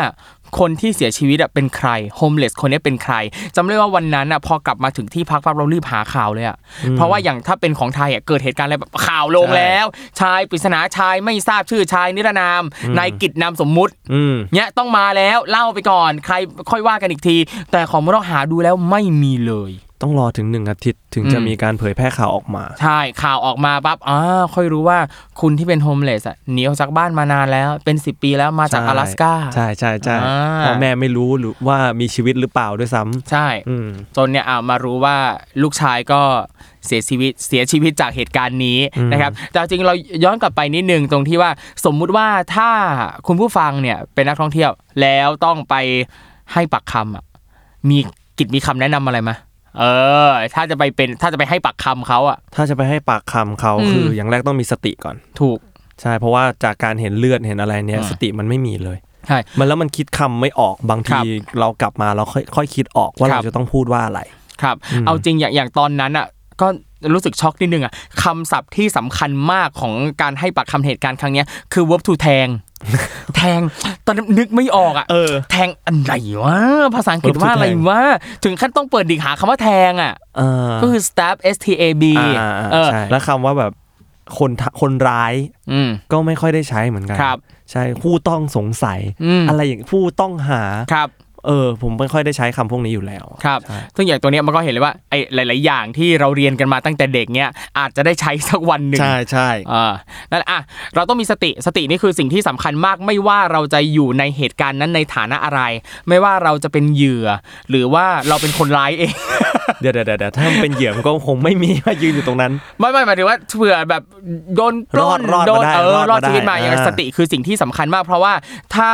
Speaker 2: คนที่เสียชีวิตอะเป็นใครโฮมเลสคนนี้เป็นใครจำได้ว่าวันนั้นอ่ะพอกลับมาถึงที่พักปั๊บเรารีบหาข่าวเลยอ่ะเพราะว่าอย่างถ้าเป็นของไทยอ่ะเกิดเหตุการณ์อะไรแบบข่าวลงแล้ว ชายปริศนาชายไม่ทราบชื่อชายนิรนามนายกิจนามสมมุติ
Speaker 3: อืม
Speaker 2: เนี่ยต้องมาแล้วเล่าไปก่อนใครค่อยว่ากันอีกที แต่ของเราหาดูแล้วไม่มีเลย
Speaker 3: ต้องรอถึงหนึ่งอาทิตย์ถึงจะ
Speaker 2: อืม
Speaker 3: มีการเผยแพร่ข่าวออกมา
Speaker 2: ใช่ข่าวออกมาปั๊บอ่าค่อยรู้ว่าคุณที่เป็นโฮมเลสอะหนีออกจากบ้านมานานแล้วเป็น 10 ปีแล้วมาจาก
Speaker 3: ใช่
Speaker 2: 阿拉สก้า
Speaker 3: ใช่ใช่ใช่
Speaker 2: อ่า
Speaker 3: พ่อแม่ไม่รู้หรือว่ามีชีวิตหรือเปล่าด้วยซ้ำ
Speaker 2: ใช่
Speaker 3: อืม
Speaker 2: จนเนี่ยอ่ามารู้ว่าลูกชายก็เสียชีวิตเสียชีวิตจากเหตุการณ์นี้
Speaker 3: อืม
Speaker 2: นะครับแต่จริงๆเราย้อนกลับไปนิดนึงตรงที่ว่าสมมุติว่าถ้าคุณผู้ฟังเนี่ยเป็นนักท่องเที่ยวแล้วต้องไปให้ปักคำอ่ะมีกิจมีคำแนะนำอะไรไหมเออ ถ้าจะไปเป็นถ้าจะไปให้ปักคำเขาอ่ะ
Speaker 3: ถ้าจะไปให้ปากคำเขา
Speaker 2: อืม
Speaker 3: คืออย่างแรกต้องมีสติก่อน
Speaker 2: ถูก
Speaker 3: ใช่เพราะว่าจากการเห็นเลือดเห็นอะไรเนี่ย
Speaker 2: อ่า
Speaker 3: สติมันไม่มีเลย
Speaker 2: ใช่
Speaker 3: มันแล้วมันคิดคำไม่ออกบาง
Speaker 2: ครับ
Speaker 3: ทีเรากลับมาเราค่อยค่อยคิดออกว่า
Speaker 2: ครับ
Speaker 3: เราจะต้องพูดว่าอะไร
Speaker 2: ครับ
Speaker 3: อืม
Speaker 2: เอาจริงอย่างอย่างตอนนั้นอ่ะก็รู้สึกช็อกนิดนึงอ่ะคำศัพท์ที่สำคัญมากของการให้ปากคำเหตุการณ์ครั้งเนี้ยคือ verb to แท ง แทงตอนนั้นนึกไม่ออกอ่ะ
Speaker 3: เออ
Speaker 2: แทงอันไหนวะภาษาอังกฤษว่าอะไรวะถึงขั้นต้องเปิดดิกหาคำว่าแทงอ่ะ
Speaker 3: เออ
Speaker 2: ก็คือ stab s t a b
Speaker 3: าา
Speaker 2: เออ
Speaker 3: ใช่แล้วคำว่าแบบคนทะคนร้าย
Speaker 2: อืม
Speaker 3: ก็ไม่ค่อยได้ใช้เหมือนกัน
Speaker 2: ครับ
Speaker 3: ใช่ผู้ต้องสงสัย
Speaker 2: อืม
Speaker 3: อะไรอย่างผู้ต้องหา
Speaker 2: ครับ
Speaker 3: เออ ผมไม่ค่อยได้ใช้คำพวกนี้อยู่แล้ว
Speaker 2: ครับ
Speaker 3: ใช่
Speaker 2: ซึ่งอย่างตัวเนี้ยมันก็เห็นเลยว่าไอ้หลาย ๆ อย่างที่เราเรียนกันมาตั้งแต่เด็กเนี้ยอาจจะได้ใช้สักวันหนึ่ง
Speaker 3: ใช่ใช่
Speaker 2: อ่านั่นอ่ะเราต้องมีสติสตินี่คือสิ่งที่สำคัญมากไม่ว่าเราจะอยู่ในเหตุการณ์นั้นในฐานะอะไร ไม่ว่าเราจะเป็นเหยื่อ หรือว่าเราเป็นคนร้ายเอง
Speaker 3: เดี๋ยวเดี๋ยวเดี๋ยวถ้ามันเป็นเหยื่อมันก็คงไม่มีมายืนอยู่ตรงนั้น
Speaker 2: ไม่ไม่หมายถึงว่าเผื่อแบบโดนปล้น
Speaker 3: รอดร
Speaker 2: โด
Speaker 3: อด
Speaker 2: น
Speaker 3: มาได้
Speaker 2: เอ
Speaker 3: ร
Speaker 2: อ
Speaker 3: อด
Speaker 2: รอด
Speaker 3: มาได้
Speaker 2: ชีวิตมาอย่าง
Speaker 3: อ่า
Speaker 2: สติคือสิ่งที่สำคัญมากเพราะว่าถ้า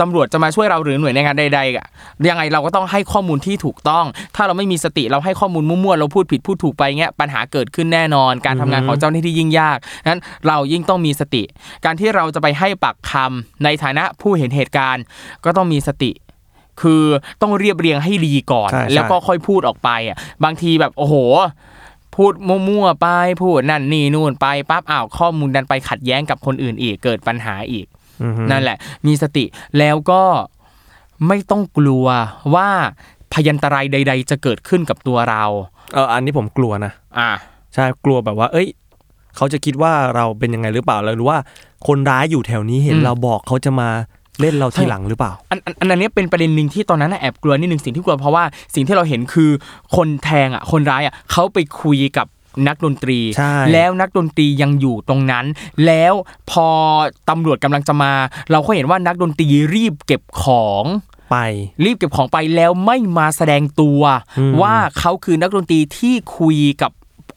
Speaker 2: ตำรวจจะมาช่วยเราหรือหน่วยในงานใดๆอ่ะยังไงเราก็ต้องให้ข้อมูลที่ถูกต้อง ถ้าเราไม่มีสติเราให้ข้อมูลมั่วๆเราพูดผิดพูดถูกไปเงี้ยปัญหาเกิดขึ้นแน่นอน การทำงานของเจ้าหน้าที่ยิ่งยากนั้นเรายิ่งต้องมีสติ การที่เราจะไปให้ปากคำในฐานะผู้เห็นเหตุการณ์ ก็ต้องมีสติ คือต้องเรียบเรียงให้ดีก่อน
Speaker 3: ใช่ใช่
Speaker 2: แล้วก็ค่อยพูดออกไปอ่ะบางทีแบบโอ้โห พูดมั่วๆไปพูดนั่นนี่นู่นไปปั๊บอ้าวข้อมูลดันไปขัดแย้งกับคนอื่นอีกเกิดปัญหาอีก
Speaker 3: อือฮึ
Speaker 2: นั่นแหละ มีสติแล้วก็ไม่ต้องกลัวว่าพยันตรายใด ๆ จะเกิดขึ้นกับตัวเรา
Speaker 3: เอออันนี้ผมกลัวนะ
Speaker 2: อ่ะ
Speaker 3: ใช่กลัวแบบว่า เอ้ย เขาจะคิดว่าเราเป็นยังไงหรือเปล่าแล้วหรือว่าคนร้ายอยู่แถวนี้เห็น
Speaker 2: อืม
Speaker 3: เราบอกเขาจะมาเล่นเราทีหลังหรือเปล่า
Speaker 2: อันอันอันอันเนี้ยเป็นประเด็นหนึ่งที่ตอนนั้นน่ะแอบกลัวนิดหนึ่งสิ่งที่กลัวเพราะว่าสิ่งที่เราเห็นคือคนแทงอ่ะคนร้ายอ่ะเขาไปคุยกับนักดนตรี
Speaker 3: ใช่
Speaker 2: แล้วนักดนตรียังอยู่ตรงนั้น แล้วพอตำรวจกำลังจะมา เราก็เห็นว่านักดนตรีรีบเก็บของ
Speaker 3: ไป
Speaker 2: รีบเก็บของไปแล้วไม่มาแสดงตัว
Speaker 3: อืม
Speaker 2: ว่าเขาคือนักดนตรีที่คุยกับ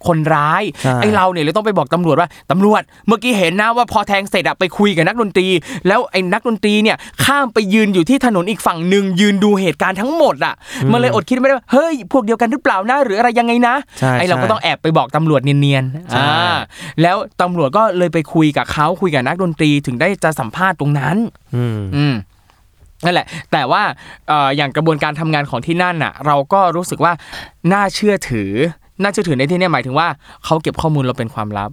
Speaker 2: คนร้าย
Speaker 3: ใช่
Speaker 2: ไอ้เราเนี่ยเลยต้องไปบอกตำรวจว่าตำรวจ เมื่อกี้เห็นนะว่าพอแทงเสร็จอะไปคุยกับนักดนตรี แล้วไอ้นักดนตรีเนี่ยข้ามไปยืนอยู่ที่ถนนอีกฝั่งหนึ่งยืนดูเหตุการณ์ทั้งหมดอะมันเลยอดคิดไม่ได้ว่าเฮ้ยพวกเดียวกันหรือเปล่านะหรืออะไรยังไงนะ
Speaker 3: ใช่
Speaker 2: ไอเราก็
Speaker 3: ใช่
Speaker 2: ต้องแอบไปบอกตำรวจเนียนๆ
Speaker 3: ใช่
Speaker 2: อ่าแล้วตำรวจก็เลยไปคุยกับเขาคุยกับนักดนตรีถึงได้จะสัมภาษณ์ตรงนั้น
Speaker 3: อืม
Speaker 2: อืมนั่นแหละ แต่ว่าเอ่ออย่างกระบวนการทำงานของที่นั่นน่ะ เราก็รู้สึกว่าน่าเชื่อถือ น่าเชื่อถือในที่เนี้หมายถึงว่าเขาเก็บข้อมูลเราเป็นความลับ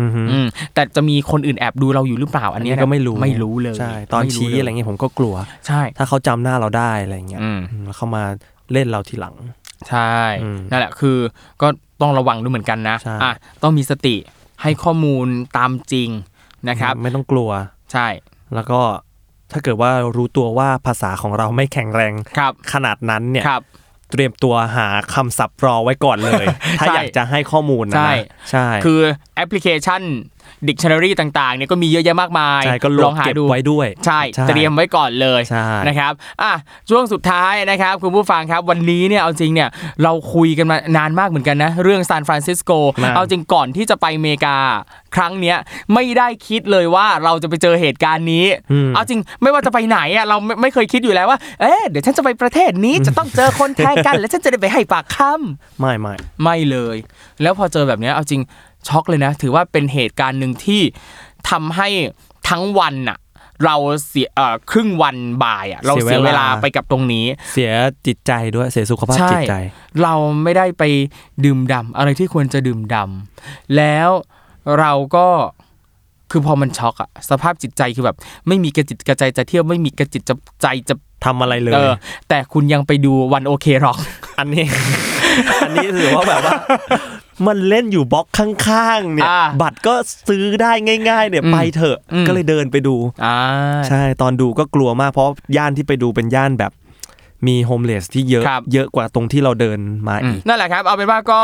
Speaker 3: อือฮึ
Speaker 2: อืม แต่จะมีคนอื่นแอบดูเราอยู่หรือเปล่า อันเนี้ย
Speaker 3: ก็ไม่รู้
Speaker 2: ไม่รู้เลย
Speaker 3: ใช่ ตอน
Speaker 2: ม่
Speaker 3: ชี้
Speaker 2: ลย
Speaker 3: อะไรเงี้ยผมก็กลัว
Speaker 2: ใช่
Speaker 3: ถ้าเขาจำหน้าเราได้อะไรเงี้ย
Speaker 2: อืม
Speaker 3: อืมแล้วเขามาเล่นเราทีหลัง
Speaker 2: ใช่
Speaker 3: อืม
Speaker 2: นั่นแหละคือก็ต้องระวังด้วยเหมือนกันนะ
Speaker 3: ใช่
Speaker 2: อ่ะต้องมีสติให้ข้อมูลตามจริงนะครับ
Speaker 3: ไม่ต้องกลัว
Speaker 2: ใช่
Speaker 3: แล้วก็ถ้าเกิดว่ารู้ตัวว่าภาษาของเราไม่แข็งแรง
Speaker 2: ครับ
Speaker 3: ขนาดนั้นเนี่ย
Speaker 2: ครับ
Speaker 3: เตรียมตัวหาคำศัพท์รอไว้ก่อนเลย ถ้าอยากจะให้ข้อมูลนะ
Speaker 2: ใช่
Speaker 3: ใช่
Speaker 2: คือแอปพลิเคชัน Dictionary ต่างๆเนี่ยก็มีเยอะแยะมากมาย
Speaker 3: ใช่ก็โหล
Speaker 2: ล
Speaker 3: ด
Speaker 2: องหา
Speaker 3: เก็บ
Speaker 2: ดู
Speaker 3: ไว้ด้วย
Speaker 2: ใช่ เตรียมไว้ก่อนเลย
Speaker 3: ใช่
Speaker 2: นะครับอ่ะช่วงสุดท้ายนะครับคุณผู้ฟังครับวันนี้เนี่ยเอาจริงเนี่ยเราคุยกันมานานมากเหมือนกันนะเรื่องซานฟรานซิสโก
Speaker 3: นาน
Speaker 2: เอาจริงก่อนที่จะไปอเมริกา ครั้งเนี้ยไม่ได้คิดเลยว่าเราจะไปเจอเหตุการณ์นี้ เอาจริงไม่ว่าจะไปไหนอ่ะเราไม่ไม่เคยคิดอยู่แล้วว่าเอ๊ะเดี๋ยวฉันจะไปประเทศนี้จะต้องเจอคนแทงกัน แล้วฉันจะได้ไปให้ปากคำ
Speaker 3: ไม่ไม่
Speaker 2: ไม่เลย แล้วพอเจอแบบเนี้ยเอาจริงช็อกเลยนะ ถือว่าเป็นเหตุการณ์หนึ่งที่ทำให้ทั้งวันน่ะ เราเสียเอ่อครึ่งวันบ่ายอ่ะเราเสียเวลาไปกับตรงนี้
Speaker 3: เสียจิตใจด้วยเสียสุขภาพ
Speaker 2: ใช่
Speaker 3: จิตใจ
Speaker 2: เราไม่ได้ไปดื่มด่ำอะไรที่ควรจะดื่มด่ำแล้วเราก็คือพอมันช็อกอะสภาพจิตใจคือแบบ ไม่มีกระจิตกระใจจะเที่ยวไม่มีกระจิตจะใจจะ
Speaker 3: ทำอะไรเลย
Speaker 2: เออแต่คุณยังไปดูวันโอเคหรอก
Speaker 3: อันนี้ อันนี้ถือว่าแบบว่า มันเล่นอยู่บล็อกข้างๆเนี่ย
Speaker 2: อ่า
Speaker 3: บัตรก็ซื้อได้ง่าย ๆ เนี่ย
Speaker 2: อืม
Speaker 3: ไปเถอะ
Speaker 2: อืม
Speaker 3: ก็เลยเดินไปดู
Speaker 2: อ่า
Speaker 3: ใช่ตอนดูก็กลัวมากเพราะย่านที่ไปดูเป็นย่านแบบ มีโฮมเลสที่เยอะ
Speaker 2: ครับ
Speaker 3: เยอะกว่าตรงที่เราเดินมา
Speaker 2: อืม
Speaker 3: อีก
Speaker 2: นั่นแหละครับ เอาเป็นว่าก็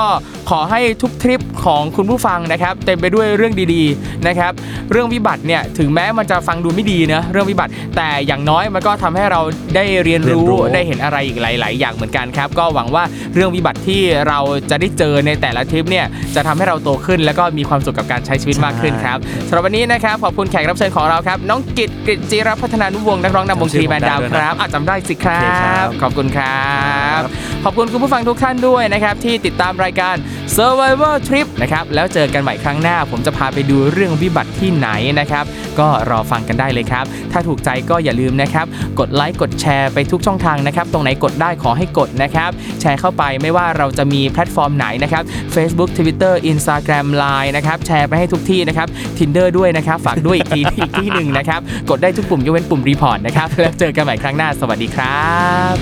Speaker 2: ขอให้ทุกทริปของคุณผู้ฟังนะครับเต็มไปด้วยเรื่องดีๆนะครับ เรื่องวิบัติเนี่ยถึงแม้มันจะฟังดูไม่ดีนะเรื่องวิบัติ แต่อย่างน้อยมันก็ทำให้เราได้เรียนรู้
Speaker 3: เรียนรู้
Speaker 2: ได้เห็นอะไรอีกหลาย ๆ อย่างเหมือนกันครับ ก็หวังว่าเรื่องวิบัติที่เราจะได้เจอในแต่ละทริปเนี่ยจะทำให้เราโตขึ้น แล้วก็มีความสุขกับการใช้ชีวิตมากขึ้นครับสำหรับวันนี้นะครับขอบคุณแขกรับเชิญของเราครับน้องกิตกฤตจิรพัฒนานุวงศ์นักร้องนำวงทีแบนดาวครับอาจจำได้สิครั
Speaker 3: โอเคครับ บ
Speaker 2: ขอบคุณครับ ขอบคุณคุณผู้ฟังทุกท่านด้วยนะครับ ที่ติดตามรายการ Survivor Trip นะครับ แล้วเจอกันใหม่ครั้งหน้า ผมจะพาไปดูเรื่องวิบัติที่ไหนนะครับ ก็รอฟังกันได้เลยครับ ถ้าถูกใจก็อย่าลืมนะครับ กดไลค์กดแชร์ไปทุกช่องทางนะครับ ตรงไหนกดได้ขอให้กดนะครับ แชร์เข้าไปไม่ว่าเราจะมีแพลตฟอร์มไหนนะครับ Facebook Twitter Instagram Line นะครับแชร์ไปให้ทุกที่นะครับ Tinder ด้วยนะครับฝากด้วยอีกที อีกที่หนึ่งนะครับกดได้ทุกปุ่มยกเว้นปุ่มรีพอร์ตนะครับแล้วเจอกันใหม่ครั้งหน้าสวัสดีครับ